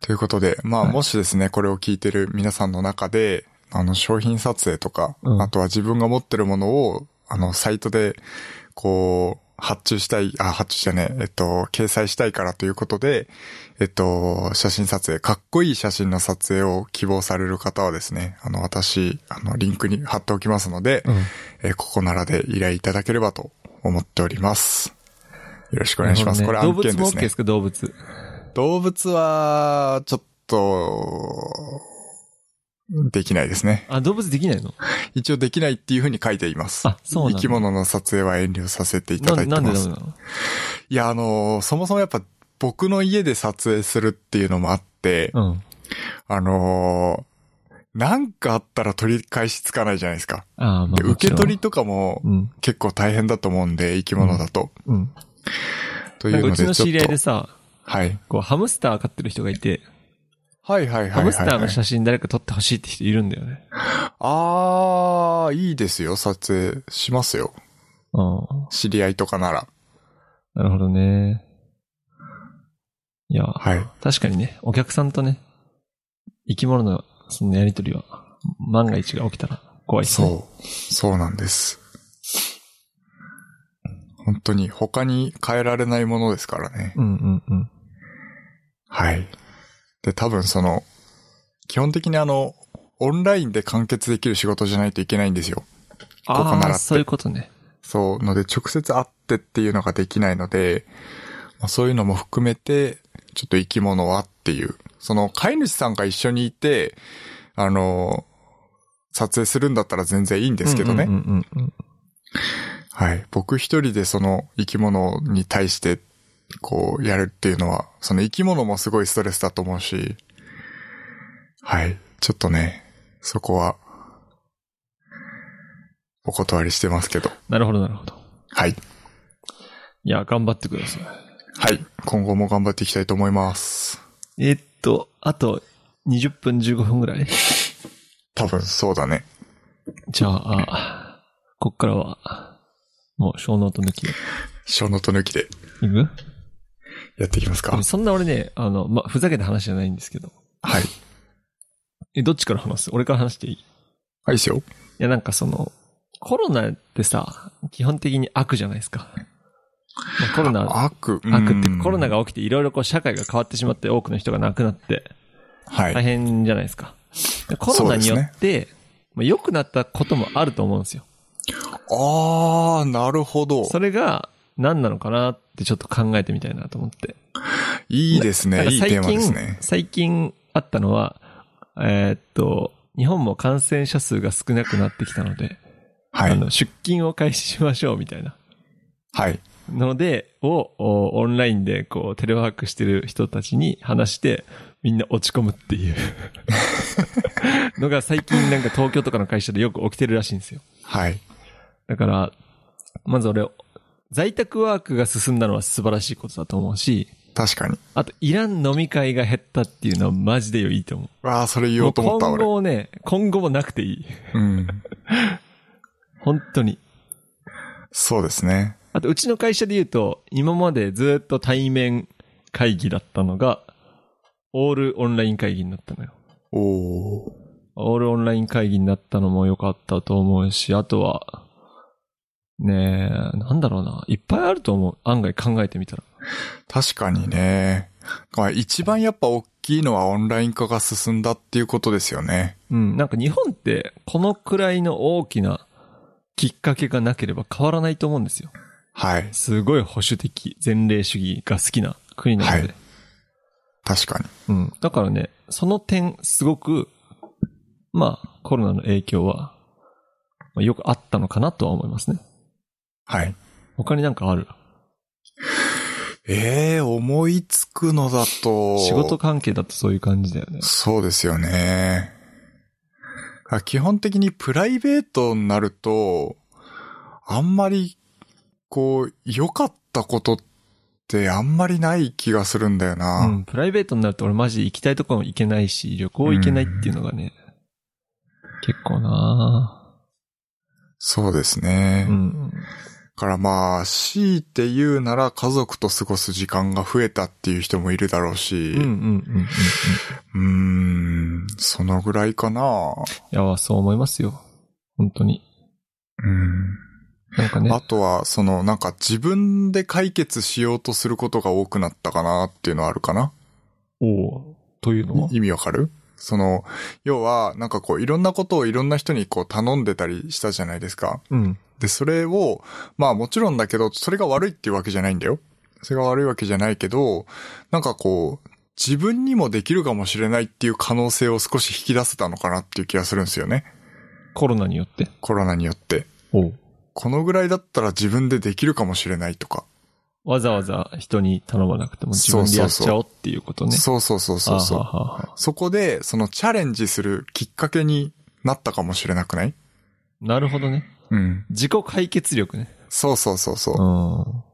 ということで、まあ、はいもしですね、これを聞いてる皆さんの中で、あの、商品撮影とか、うんあとは自分が持ってるものを、あの、サイトで、こう、発注したい、あ、発注じゃねえ、えっと、掲載したいからということで、えっと、写真撮影、かっこいい写真の撮影を希望される方はですね、あの、私、あの、リンクに貼っておきますので、うん。えーここならで依頼いただければと思っております。よろしくお願いします。これなる案ほどね件で動物すも OK ねで。すか、動物。動物は、ちょっと、できないですね。あ、動物できないの一応できないっていうふうに書いています。あそうなんだ生き物の撮影は遠慮させていただないてなます。んでダメなのいや、あのーそもそもやっぱ僕の家で撮影するっていうのもあって、うん。あのーなんかあったら取り返しつかないじゃないですか。ああ、まあ。で受け取りり。とかもうん。結構大変だと思うんで、生き物だと。うん。といなんうかうのちで、のちょ知り合いっでと。さ、はい。こう、ハムスター飼ってる人がいて、はいはいはいはい、はい。ハムスターの写真誰か撮ってほしいって人いるんだよね。あー、いいですよ。撮影しますよ。うん。知り合いとかなら。なるほどね。いや、はい。確かにね、お客さんとね、生き物のそのやりとりは、万が一が起きたら怖いですね。そう。そうなんです。本当に他に変えられないものですからね。うんうんうん。はい。で、多分その、基本的にあの、オンラインで完結できる仕事じゃないといけないんですよ。ここあ習っあ、てそういうことね。そう。ので、直接会ってっていうのができないので、まあ、そういうのも含めて、ちょっと生き物はっていう。その、飼い主さんが一緒にいて、あの、撮影するんだったら全然いいんですけどね。うんうんうんうん。はい。僕一人でその生き物に対して、こう、やるっていうのは、その生き物もすごいストレスだと思うし、はい。ちょっとね、そこは、お断りしてますけど。なるほどなるほど。はい。いや、頑張ってください。はい。今後も頑張っていきたいと思います。えっと、あと20分15分ぐらい。多分、そうだね。 じゃあ、あこっからは、もう小ノート抜きで。小ノート抜きでいくやっていきますか。そんな俺ね、あの、ま、ふざけた話じゃないんですけど。はい。え、どっちから話す俺から話していいはい、いいっすよ。いや、なんかその、コロナってさ、基本的に悪じゃないですか。まあコロナ、悪、うん悪ってコロナ。が起きていろいろこう社会が変わってしまって多くの人が亡くなってはい。大変じゃないですか。でコロナによって、まあ良くなったこともあると思うんですよ。あー、なるほど。それが何なのかなってちょっと考えてみたいなと思って。いいですなね。んかいい最テ近ーマですね。最近あったのは、えーっと、日本も感染者数が少なくなってきたので、はあい。の出勤を開始しましょうみたいな。はい。ので、を、おオンラインで、こう、テレワークしてる人たちに話して、みんな落ち込むっ ていう、のが最近なんか東京とかの会社でよく起きてるらしいんですよ。はい。だから、まず俺、在宅ワークが進んだのは素晴らしいことだと思うし、確かに。あと、いらん飲み会が減ったっていうのはマジで良いと思う。わあ、それ言おうと思った、もう俺。今後ね、今後もなくていい。うん。本当に。そうですね。あと、うちの会社で言うと、今までずっと対面会議だったのが、オールオンライン会議になったのよ。おお。オールオンライン会議になったのも良かったと思うし、あとは、ねえ、なんだろうな。いっぱいあると思う。案外考えてみたら。確かにね。まあ一番やっぱ大きいのはオンライン化が進んだっていうことですよね。うん、なんか日本ってこのくらいの大きなきっかけがなければ変わらないと思うんですよ。はい。すごい保守的、前例主義が好きな国なので。はい確かに。うん。だからね、その点、すごく、まあ、コロナの影響は、まあ、よくあったのかなとは思いますね。はい。他になんかあるええ思いつくのだと。仕事関係だとそういう感じだよね。そうですよね。あ基本的にプライベートになると、あんまり、こう、良かったことってあんまりない気がするんだよな。うん。プライベートになると俺マジで行きたいとこも行けないし、旅行行けないっていうのがね、結構なそうですね。ぁうん。からまあ、強いて言うなら家族と過ごす時間が増えたっていう人もいるだろうし、うんうんうんうんうん。いーうん、そのぐらいかな。や、そう思いますよ。本当に。うんなんかね。あとは、その、なんか自分で解決しようとすることが多くなったかなっていうのはあるかな。おうというのはい意味わかるその、要は、なんかこう、いろんなことをいろんな人にこう頼んでたりしたじゃないですか。うん。で、それを、まあもちろんだけど、それが悪いっていうわけじゃないんだよ。それが悪いわけじゃないけど、なんかこう、自分にもできるかもしれないっていう可能性を少し引き出せたのかなっていう気がするんですよね。コロナによって。コロナによって。おうこのぐらいだったら自分でできるかもしれないとか。わざわざ人に頼まなくても自分でやっちゃおうっていうことね。そうそうそうそうそう。あはははそこで、そのチャレンジするきっかけになったかもしれなくないなるほどね。うん。自己解決力ね。そうそうそうそうう。ん。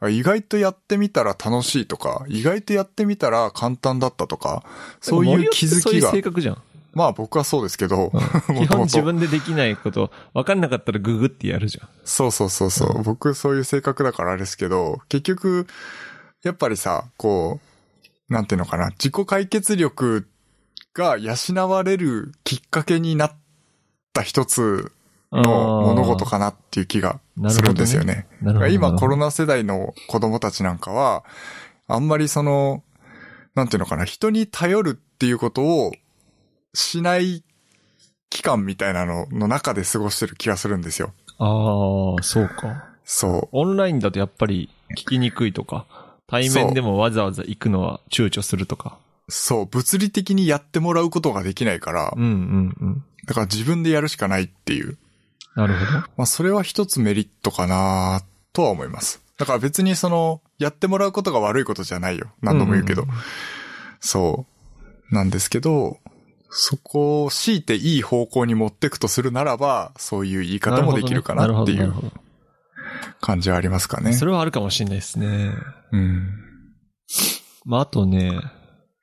あ意外とやってみたら楽しいとか、意外とやってみたら簡単だったとか、そういう気づそうきいうが性、格じゃん。まあ僕はそうですけど、 基本自々分でできないこと、分かんなかったらググってやるじゃん。そうそうそうそう、僕そういう性格だからあれですけど、結局、やっぱりさ、こう、なんていうのかな、自己解決力が養われるきっかけになった一つの物事かなっていう気がするんですよね。あー。なるほど。今コロナ。ナ世代の子供たちなんかは、あんまりその、なんていうのかな、人に頼るっていうことをしない期間みたいなのの中で過ごしてる気がするんですよ。ああ、そうか。そオンラインだとやっぱり聞きにくいとか、対面でもわざわざ行くのは躊躇するとか。う。そう。物理的にやってもらうことができないからう、んうんうん。だから自分でやるしかないっていう。なるほど。まあそれは一つメリットかなとは思います。だから別にその、やってもらうことが悪いことじゃないよ。何度も言うけど。んんそう。なんですけど、そこを強いていい方向に持ってくとするならば、そういう言い方もできるかなっていなるうほどねなるほどなる感じはありますかほどねそ。れはあるかもしれないですね。うん。まあ、あとね、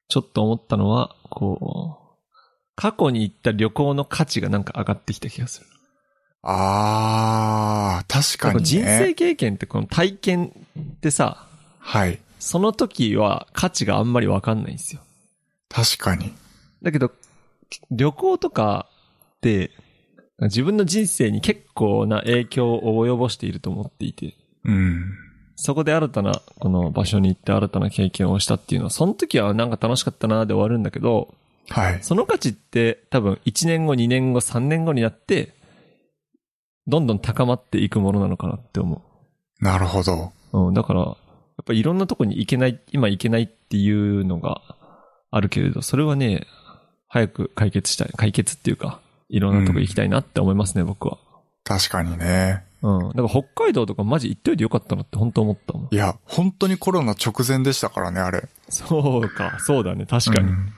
ちょっと思ったのは、こう、過去に行った旅行の価値がなんか上がってきた気がする。あー、確かなんにかね。人生経験ってこの体験ってさ、はい。その時は価値があんまりわかんないんですよ。確かに。だけど、旅行とかって、自分の人生に結構な影響を及ぼしていると思っていて、うん。そこで新たな、この場所に行って新たな経験をしたっていうのは、その時はなんか楽しかったなで終わるんだけど、はい。その価値って多分1年後、2年後、3年後になって、どんどん高まっていくものなのかなって思なるほど。う。うん、だから、やっぱいろんなとこに行けない、今行けないっていうのがあるけれど、それはね、早く解決したい。解決っていうか、いろんなとこ行きたいなって思いますね、僕は。確かにね。うん。だから北海道とかマジ行っといてよかったなって本当思ったもんい。や、本当にコロナ直前でしたからね、あれ。そうか、そうだね、確かに。うん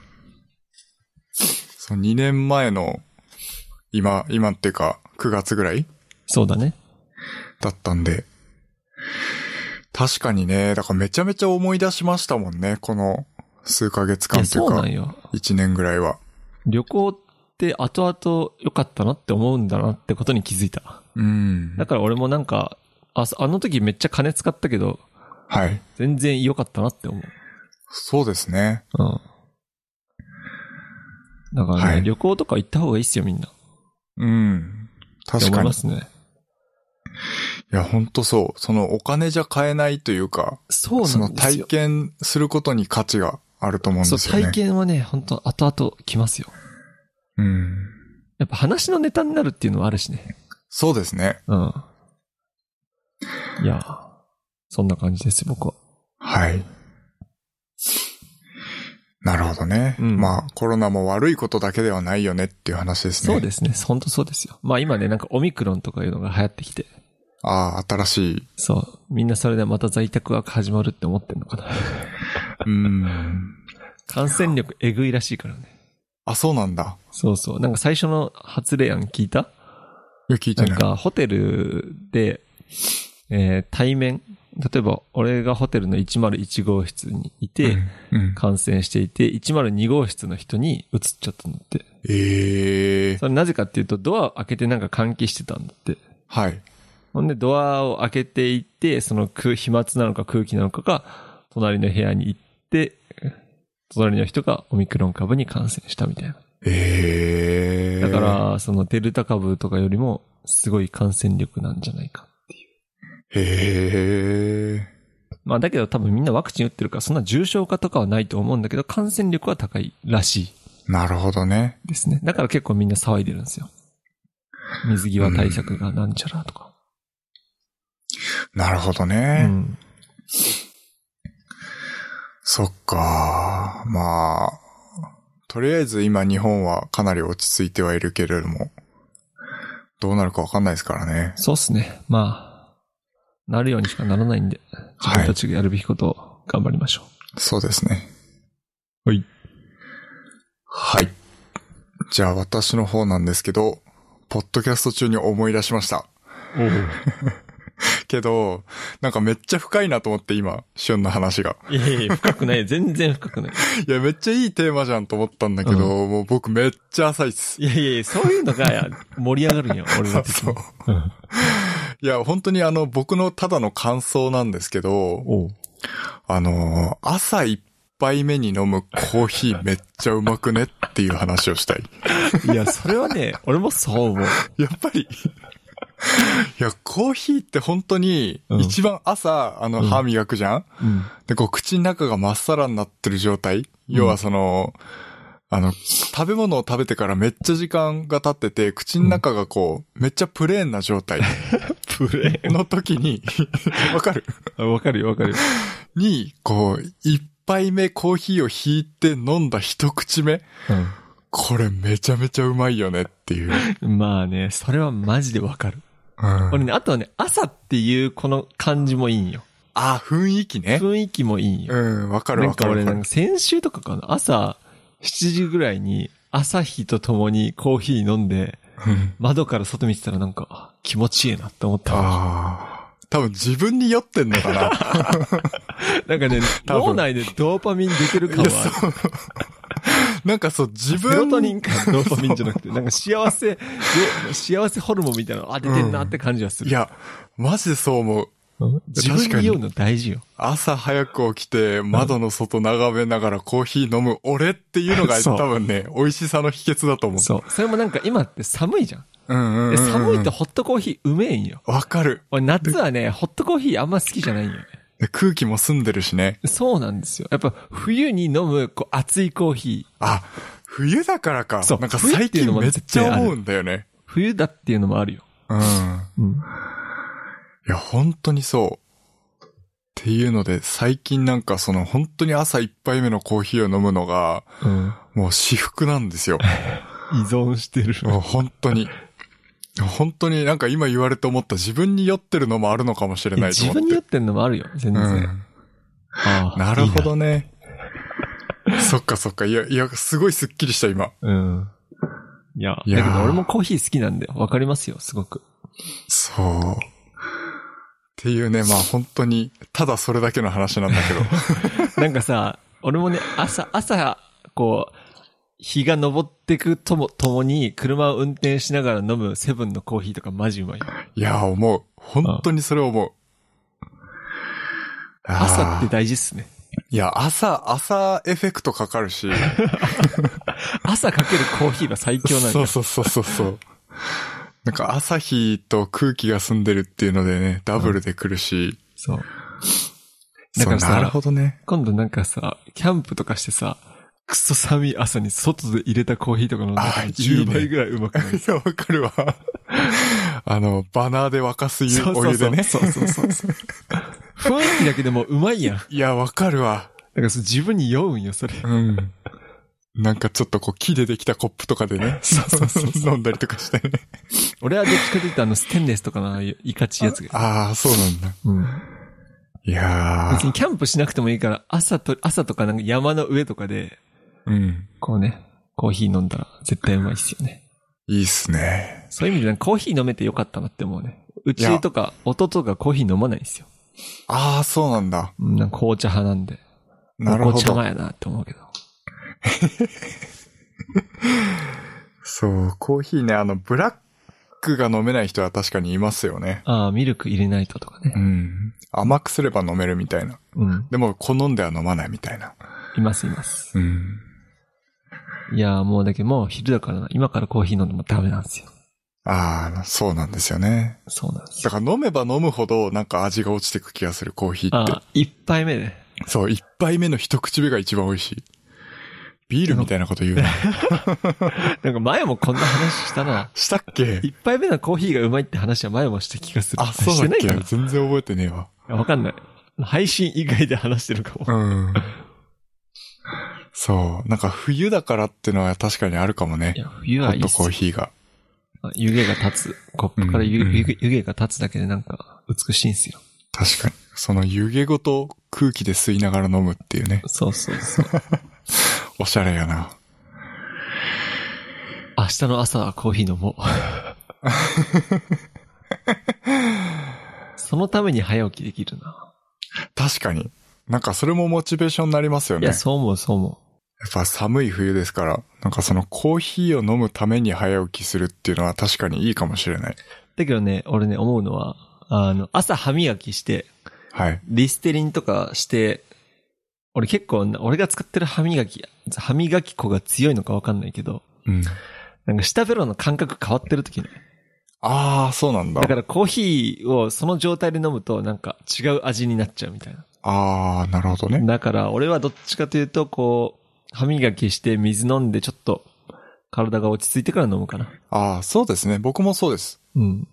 そう、2年前の、今、今っていうか、9月ぐらいそうだね。だったんで。確かにね、だからめちゃめちゃ思い出しましたもんね、この数ヶ月いや、間といそううなかん、よ。 1年ぐらいは。旅行って後々良かったなって思うんだなってことに気づいた。うんだ。から俺もなんか、あそあの時めっちゃ金使ったけど、はい。全然良かったなって思う。そうですね。うん。だからね、はい旅行とか行った方がいいっすよ、みんな。うん。って確思かいに。まいすね。いや、ほんとそう。そのお金じゃ買えないというか、そうそなのんです体よ。験することに価値があると思うんですよそう、ね。体験はね、本当後々来ますよ。うん。やっぱ話のネタになるっていうのはあるしね。そうですね。うん。いやー、そんな感じですよ、僕は。はい。なるほどね。うんまあ、コロナも悪いことだけではないよねっていう話ですね。そうですね。本当そうですよ。まあ今ね、なんかオミクロンとかいうのが流行ってきて。ああ、新しい。そう。みんなそれでまた在宅ワーク始まるって思ってん のかな。うん。感染力えぐいらしいからね。あ、そうなんだ。そうそう。なんか最初の発令案聞いたいや、聞いてなんない。かホテルで、えー対面。例えば、俺がホテルの101号室にいて、うん、うん。感染していて、102号室の人に移っちゃったんだって。ええそれなぜかっていうと、ドアを開けてなんか換気してたんだって。はい。ほんで、ドアを開けていって、その空、飛沫なのか空気なのかが、隣の部屋に行って、隣の人がオミクロン株に感染したみたいな。ええだか、ら、そのデルタ株とかよりも、すごい感染力なんじゃないか。ええまあ、だけど多分みんなワクチン打ってるから、そんな重症化とかはないと思うんだけど、感染力は高いらしいなるほどね。ですね。だから結構みんな騒いでるんですよ。水際対策がなんちゃらとか。なるほどうね。ん。そっか。まあ、とりあえず今日本はかなり落ち着いてはいるけれども、どうなるかわかんないですからね。そうっすね。まあ、なるようにしかならないんで、自分たちがやるべきことを頑張りましょそうですね。う。はい。はい。じゃあ私の方なんですけど、ポッドキャスト中に思い出しました。おうけど、なんかめっちゃ深いなと思って今、旬の話が。いやいやいや深くない。全然深くない。いや、めっちゃいいテーマじゃんと思ったんだけど、もう僕めっちゃ浅いっす。いやいやいや、そういうのが盛り上がるんや、俺ら的そうに。。うんいや、本当にあの、僕のただの感想なんですけど、おうあのー朝一杯目に飲むコーヒーめっちゃうまくねっていう話をしたい。いや、それはね、俺もそう思う。やっぱり。いや、コーヒーって本当にう、ん一番朝、あの、うん歯磨くじゃんうん。で、こう、口の中がまっさらになってる状態要はその、あの、食べ物を食べてからめっちゃ時間が経ってて、口の中がこう、めっちゃプレーンな状態プレの時に、わかるイ。 わかるよ、わかるよ。に、こう、一杯目コーヒーを引いて飲んだ一口目。これめちゃめちゃうまいよねっていう。うん。まあね、それはマジでわかる。あ俺ね、あとね、朝っていうこの感じもいいんよ。あ、雰囲気ね。雰囲気もいいんよ。うん、わかるなわんかかる俺わかなんるか。先週とかかな朝7時ぐらいに朝日と共にコーヒー飲んでうん窓から外見てたらなんかあ気持ちいいなって思った。ああ。多分自分に酔ってんのか な。なんかね、多分脳内でドーパミン出てる感いやはある。なんかそう、自セロ分ト ニンかドーパミンじゃなくて、なんか幸せ、で幸せホルモンみたいなのあ出てんなって感じはする。いや、マジでそう思う。うん自確かに分に言うの大事よ。朝早く起きて、窓の外眺めながらコーヒー飲む俺っていうのがそ多う分ね、美味しさの秘訣だと思う。そう。それもなんか今って寒いじゃん。うんうんうんうんで寒いとホットコーヒーうめえんよ。わかる。俺夏はね、ホットコーヒーあんま好きじゃないんよね。で空気も澄んでるしね。そうなんですよ。やっぱ冬に飲むこう熱いコーヒー。あ、冬だからか。そうなんか冬最っていう近のもめっ絶ち対ゃある思うんだよね。冬だっていうのもあるよ。うん。いうん。や、本当にそう。っていうので、最近なんかその本当に朝一杯目のコーヒーを飲むのが、うん。もう私服なんですよ。依存してる。もう本当に。本当になんか今言われて思った自分に酔ってるのもあるのかもしれないと自思って。分に酔ってんのもあるよ。全然。うん。ああ なるほ。どね。そっかそっか。いや、いや、すごいスッキリした今。いいなうん。いや、いやーだけど俺もコーヒー好きなんで、わかりますよ、すごく。 そう。っていうね、まあ本当に、ただそれだけの話なんだ けど。なんかさ、俺もね、朝、朝、こう、日が昇ってくとも、ともに、車を運転しながら飲むセブンのコーヒーとかマジうまいよ。いや、思う。本当にそれ思う。朝ってあ大事っすね。ーいや、朝、朝エフェクトかかるし。朝かけるコーヒーが最強なんだそうそうそうそうそう。なんか朝日と空気が澄んでるっていうのでね、ダブルで来るし。そう。そうだからさなるほどね。今度なんかさ、キャンプとかしてさ、くそ寒い朝に外で入れたコーヒーとか飲んだらあーいい10ね倍ぐらいうまくな る。いや、わかるわ。あの、バナーで沸かす湯そうおそう湯そでうね。そうそうそうそう。雰囲気だけでもうまいやん。だかいや、わかるわ。らそれ自分に酔うんよ、それ。うん。なんかちょっとこう木でできたコップとかでね。そうそうそうそう飲んだりとかしてね。俺はどっちかというとあの、ステンレスとかのああいういかちいやつが。ああ、そうなんだ。うん。いや別にキャンプしなくてもいいから、朝と、朝とかなんか山の上とかで、ー。うん。こうね、コーヒー飲んだら絶対うまいっすよね。いいっすね。そういう意味でなんかコーヒー飲めてよかったなって思うね。ういやちとか、弟とかコーヒー飲まないんですよ。ああ、そうなんだ。うんなんか紅茶派なんで。なるほ紅茶ど。前やなって思うけど。そう、コーヒーね、あの、ブラックが飲めない人は確かにいますよね。ああ、ミルク入れないととかねう。ん。甘くすれば飲めるみたいな。うん。でも、好んでは飲まないみたいな。いますいます。うん。いやーもうだけどもう昼だからな。今からコーヒー飲んでもダメなんですよ。ああ、そうなんですよね。そうなんですだよ。から飲めば飲むほどなんか味が落ちてく気がする、コーヒーあって。あ、一杯目で。そう、一杯目の一口目が一番美味しい。ビールみたいなこと言うな。。なんか前もこんな話したな したっけ一杯目のコーヒーがうまいって話は前もした気がする。あ、そうしてだなっいけかな全然覚えてねえわ。いやわかんない。配信以外で話してるかも。うん。そう。なんか冬だからってのは確かにあるかもねい。や、冬ホはッいいっトすコーヒーが。あ湯気が立つ。コップから湯,、うんうん湯気湯気が立つだけでなんか美しいんすよ。確かに。その湯気ごと空気で吸いながら飲むっていうね。そうそうそう。おしゃれやな。明日の朝はコーヒー 飲もう。そのために早起きできるな。確かに。なんかそれもモチベーションになりますよいね。や、やそう思う、そう思っぱ寒い冬ですから、なんかそのコーヒーを飲むために早起きするっていうのは確かにいいかもしれない。う。だけどね、俺ね、思うのは、あの、朝歯磨きして、はい。リステリンとかして、俺結構な、俺が使ってる歯磨き、歯磨き粉が強いのかわかんないけど、うん。なんか舌ベロの感覚変わってる時ね。ああ、そうなんだ。だからコーヒーをその状態で飲むとなんか違う味になっちゃうみたいな。ああ、なるほどね。だから俺はどっちかというとこう、歯磨きして水飲んでちょっと体が落ち着いてから飲むかな。ああ、そうですね。僕もそうです。うん。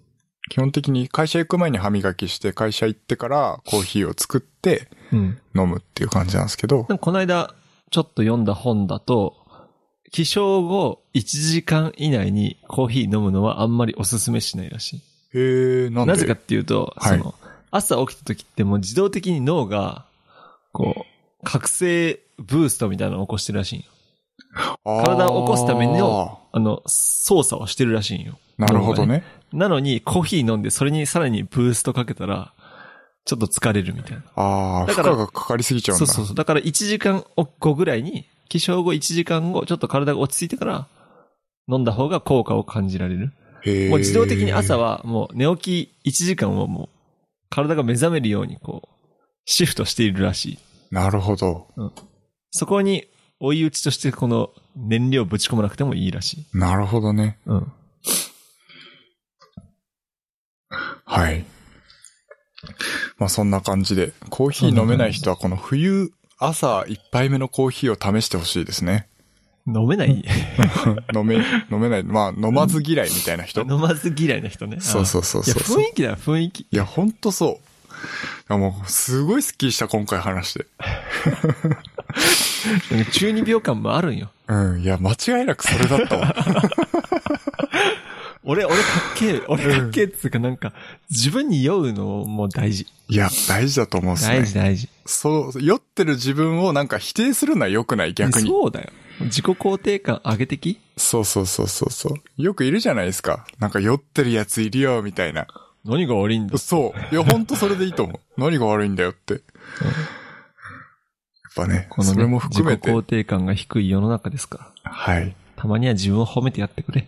基本的に会社行く前に歯磨きして、会社行ってからコーヒーを作ってうん。飲むっていう感じなんですけどで。もこの間ちょっと読んだ本だと、起床後1時間以内にコーヒー飲むのはあんまりおすすめしないらしい。へえ、なんでなぜかっていうと、はいその、朝起きた時ってもう自動的に脳が、こう、覚醒ブーストみたいなのを起こしてるらしいんよ。体を起こすための。あの、操作をしてるらしいんよ。あーなるほどね。なのに、コーヒー飲んで、それにさらにブーストかけたら、ちょっと疲れるみたいな。ああ、だ負か荷らがかかりすぎちゃうんそだ。うそうそう。だから1時間後ぐらいに、起床後1時間後、ちょっと体が落ち着いてから、飲んだ方が効果を感じられる。へーもう自動的に朝は、もう寝起き1時間をもう、体が目覚めるように、こう、シフトしているらしい。なるほど。そこに、追い打ちとして、この、燃料ぶち込まなくてもいいらしい。なるほどね。うん。はい。まあそんな感じで、コーヒー飲めない人はこの冬、朝一杯目のコーヒーを試してほしいですね。 飲めない。飲め、飲めない、まあ飲まず嫌いみたいな人。 飲まず嫌いな人ね。 そうそうそういや、そうそう。雰囲気だよ、雰囲気。いや、ほんとそう。あもう、すごいスッキリした、今回話して。なんか中二病感もあるんよ。うん、いや、間違いなくそれだった わ。俺、俺かっけえ、俺かっけえっつうかなんか、自分に酔うのも大事。いや、大事だと思うんですね。大事大事。そう、酔ってる自分をなんか否定するのは良くない、逆に。そうだよ。自己肯定感上げてきそうそうそうそうそう。よくいるじゃないですか。なんか酔ってるやついるよ、みたいな。何が悪いんだそう。いや、ほんとそれでいいと思 う。何が悪いんだよって。やっぱね、この、ね、それも含めて自己肯。定感が低い世の中ですから。はい。たまには自分を褒めてやってくれ。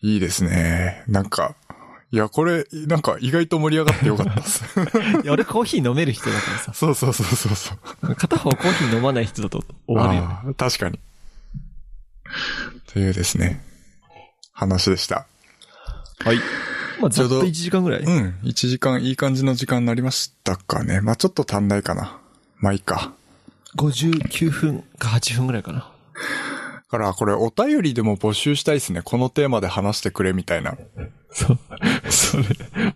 いいですね。なんか、いや、これ、なんか意外と盛り上がってよかった です。いや俺コーヒー飲める人だからさ。そうそうそうそうそう。 片方コーヒー飲まない人だと終わるよね。ああ確かに。というですね、話でした。はい。まあ、ちざょっうどと1時間ぐらい。うん。1時間、いい感じの時間になりましたかね。まあちょっと足んないかな。まあいいか。 59分か8分ぐらいかな。だから、これお便りでも募集したいですね。このテーマで話してくれみたいな。 そう。それ、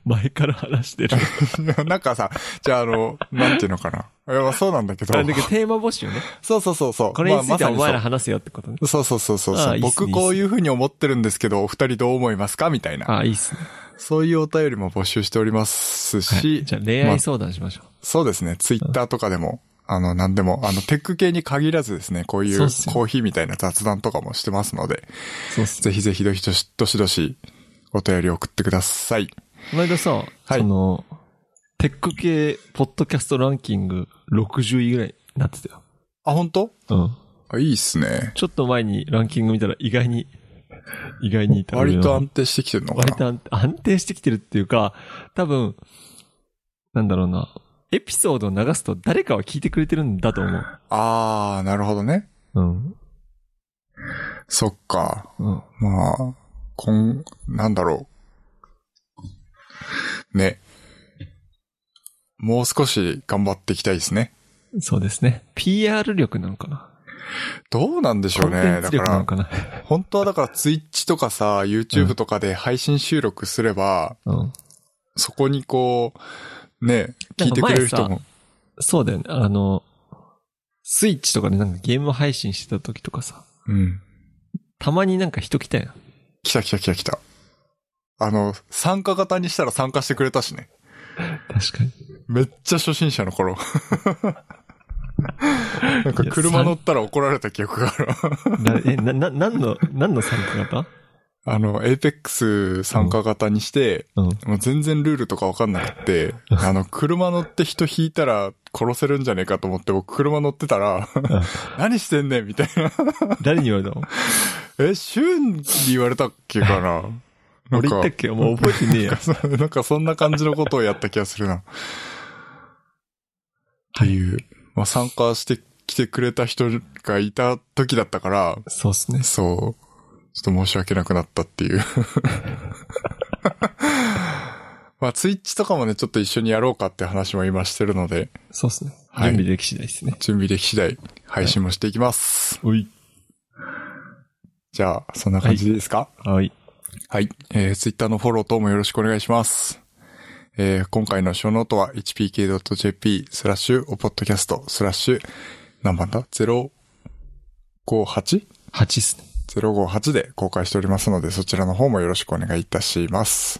前から話してる。なんかさ、じゃああの、なんていうのかな。いやまあそうなんだけどあ。れだけどテーマ募集ね。そうそうそうそう。これについてはおまあまさ前にら話すよってことね。そうそうそうそうあそあう。いいっすね僕こういうふうに思ってるんですけど、お二人どう思いますかみたいな。ああ、いいっすね。そういうお便りも募集しておりますし、じゃあ恋愛相談しましょう。そうですね。ツイッターとかでも、あの、なんでも、あの、テック系に限らずですね、こういうそコうっすよーヒーみたいな雑談とかもしてますので、そうっすね。ぜひぜひどしどし、どしどし、お便り送ってください。この間さ、いその、テック系ポッドキャストランキング60位ぐらいになってたよ。あ、本当？うん。あ、いいっすね。ちょっと前にランキング見たら意外に、 意外にいた。割と安定してきてるのか割なと安安定してきてるっていうか、多分、なんだろうな。エピソードを流すと誰かは聞いてくれてるんだと思う。あー、なるほどね。うん。そっか。うん。まあ、こん、なんだろう。ね。もう少し頑張っていきたいですね。そうですね。PR 力なのかなどうなんでしコょうンねテ。ンだツか力なのら、かな本当はだから Twitch とかさ、YouTube とかで配信収録すれば、うん。そこにこう、ね、聞いてくれる人なんも。そうだよね。あの、スイッチとかでなんかゲーム配信してた時とかさ、うん。たまになんか人来たよ。来た来た来た来た。あの、参加型にしたら参加してくれたしね。確かに。めっちゃ初心者の 頃。なんか車乗ったら怒られた記憶がある。な、え、な、な、何の、何の参加 型あの、エイペックス参加型にして、うん。もう全然ルールとかわかんなくって、あの、車乗って人引いたら殺せるんじゃねえかと思って、僕車乗ってたら、何してんねんみたいな。誰に言われたのえ、シュンに言われたっけかななんか俺言ったっけもう覚えてねえや。そうなんかそんな感じのことをやった気がするな。っていう、まあ参加してきてくれた人がいた時だったから、そうっすね。そう。ちょっと申し訳なくなったっていう。 まあ、ツイッチとかもね、ちょっと一緒にやろうかって話も今してるので、そうっすね。はい準備でき次第ですね。準備でき次第、配信もしていきます。おい。じゃあ、そんな感じでいいですかはい。はい。えー、ツイッターのフォロー等もよろしくお願いします。えー、今回のショーノートは hpk.jp スラッシュおポッドキャストスラッシュ何番だ ?058? 8っすね。 058で公開しておりますので、そちらの方もよろしくお願いいたします。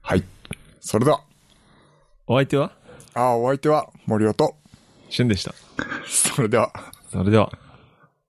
はい。それでは、お相手はあーお相手は森尾と、シュンでした。それでは。それでは。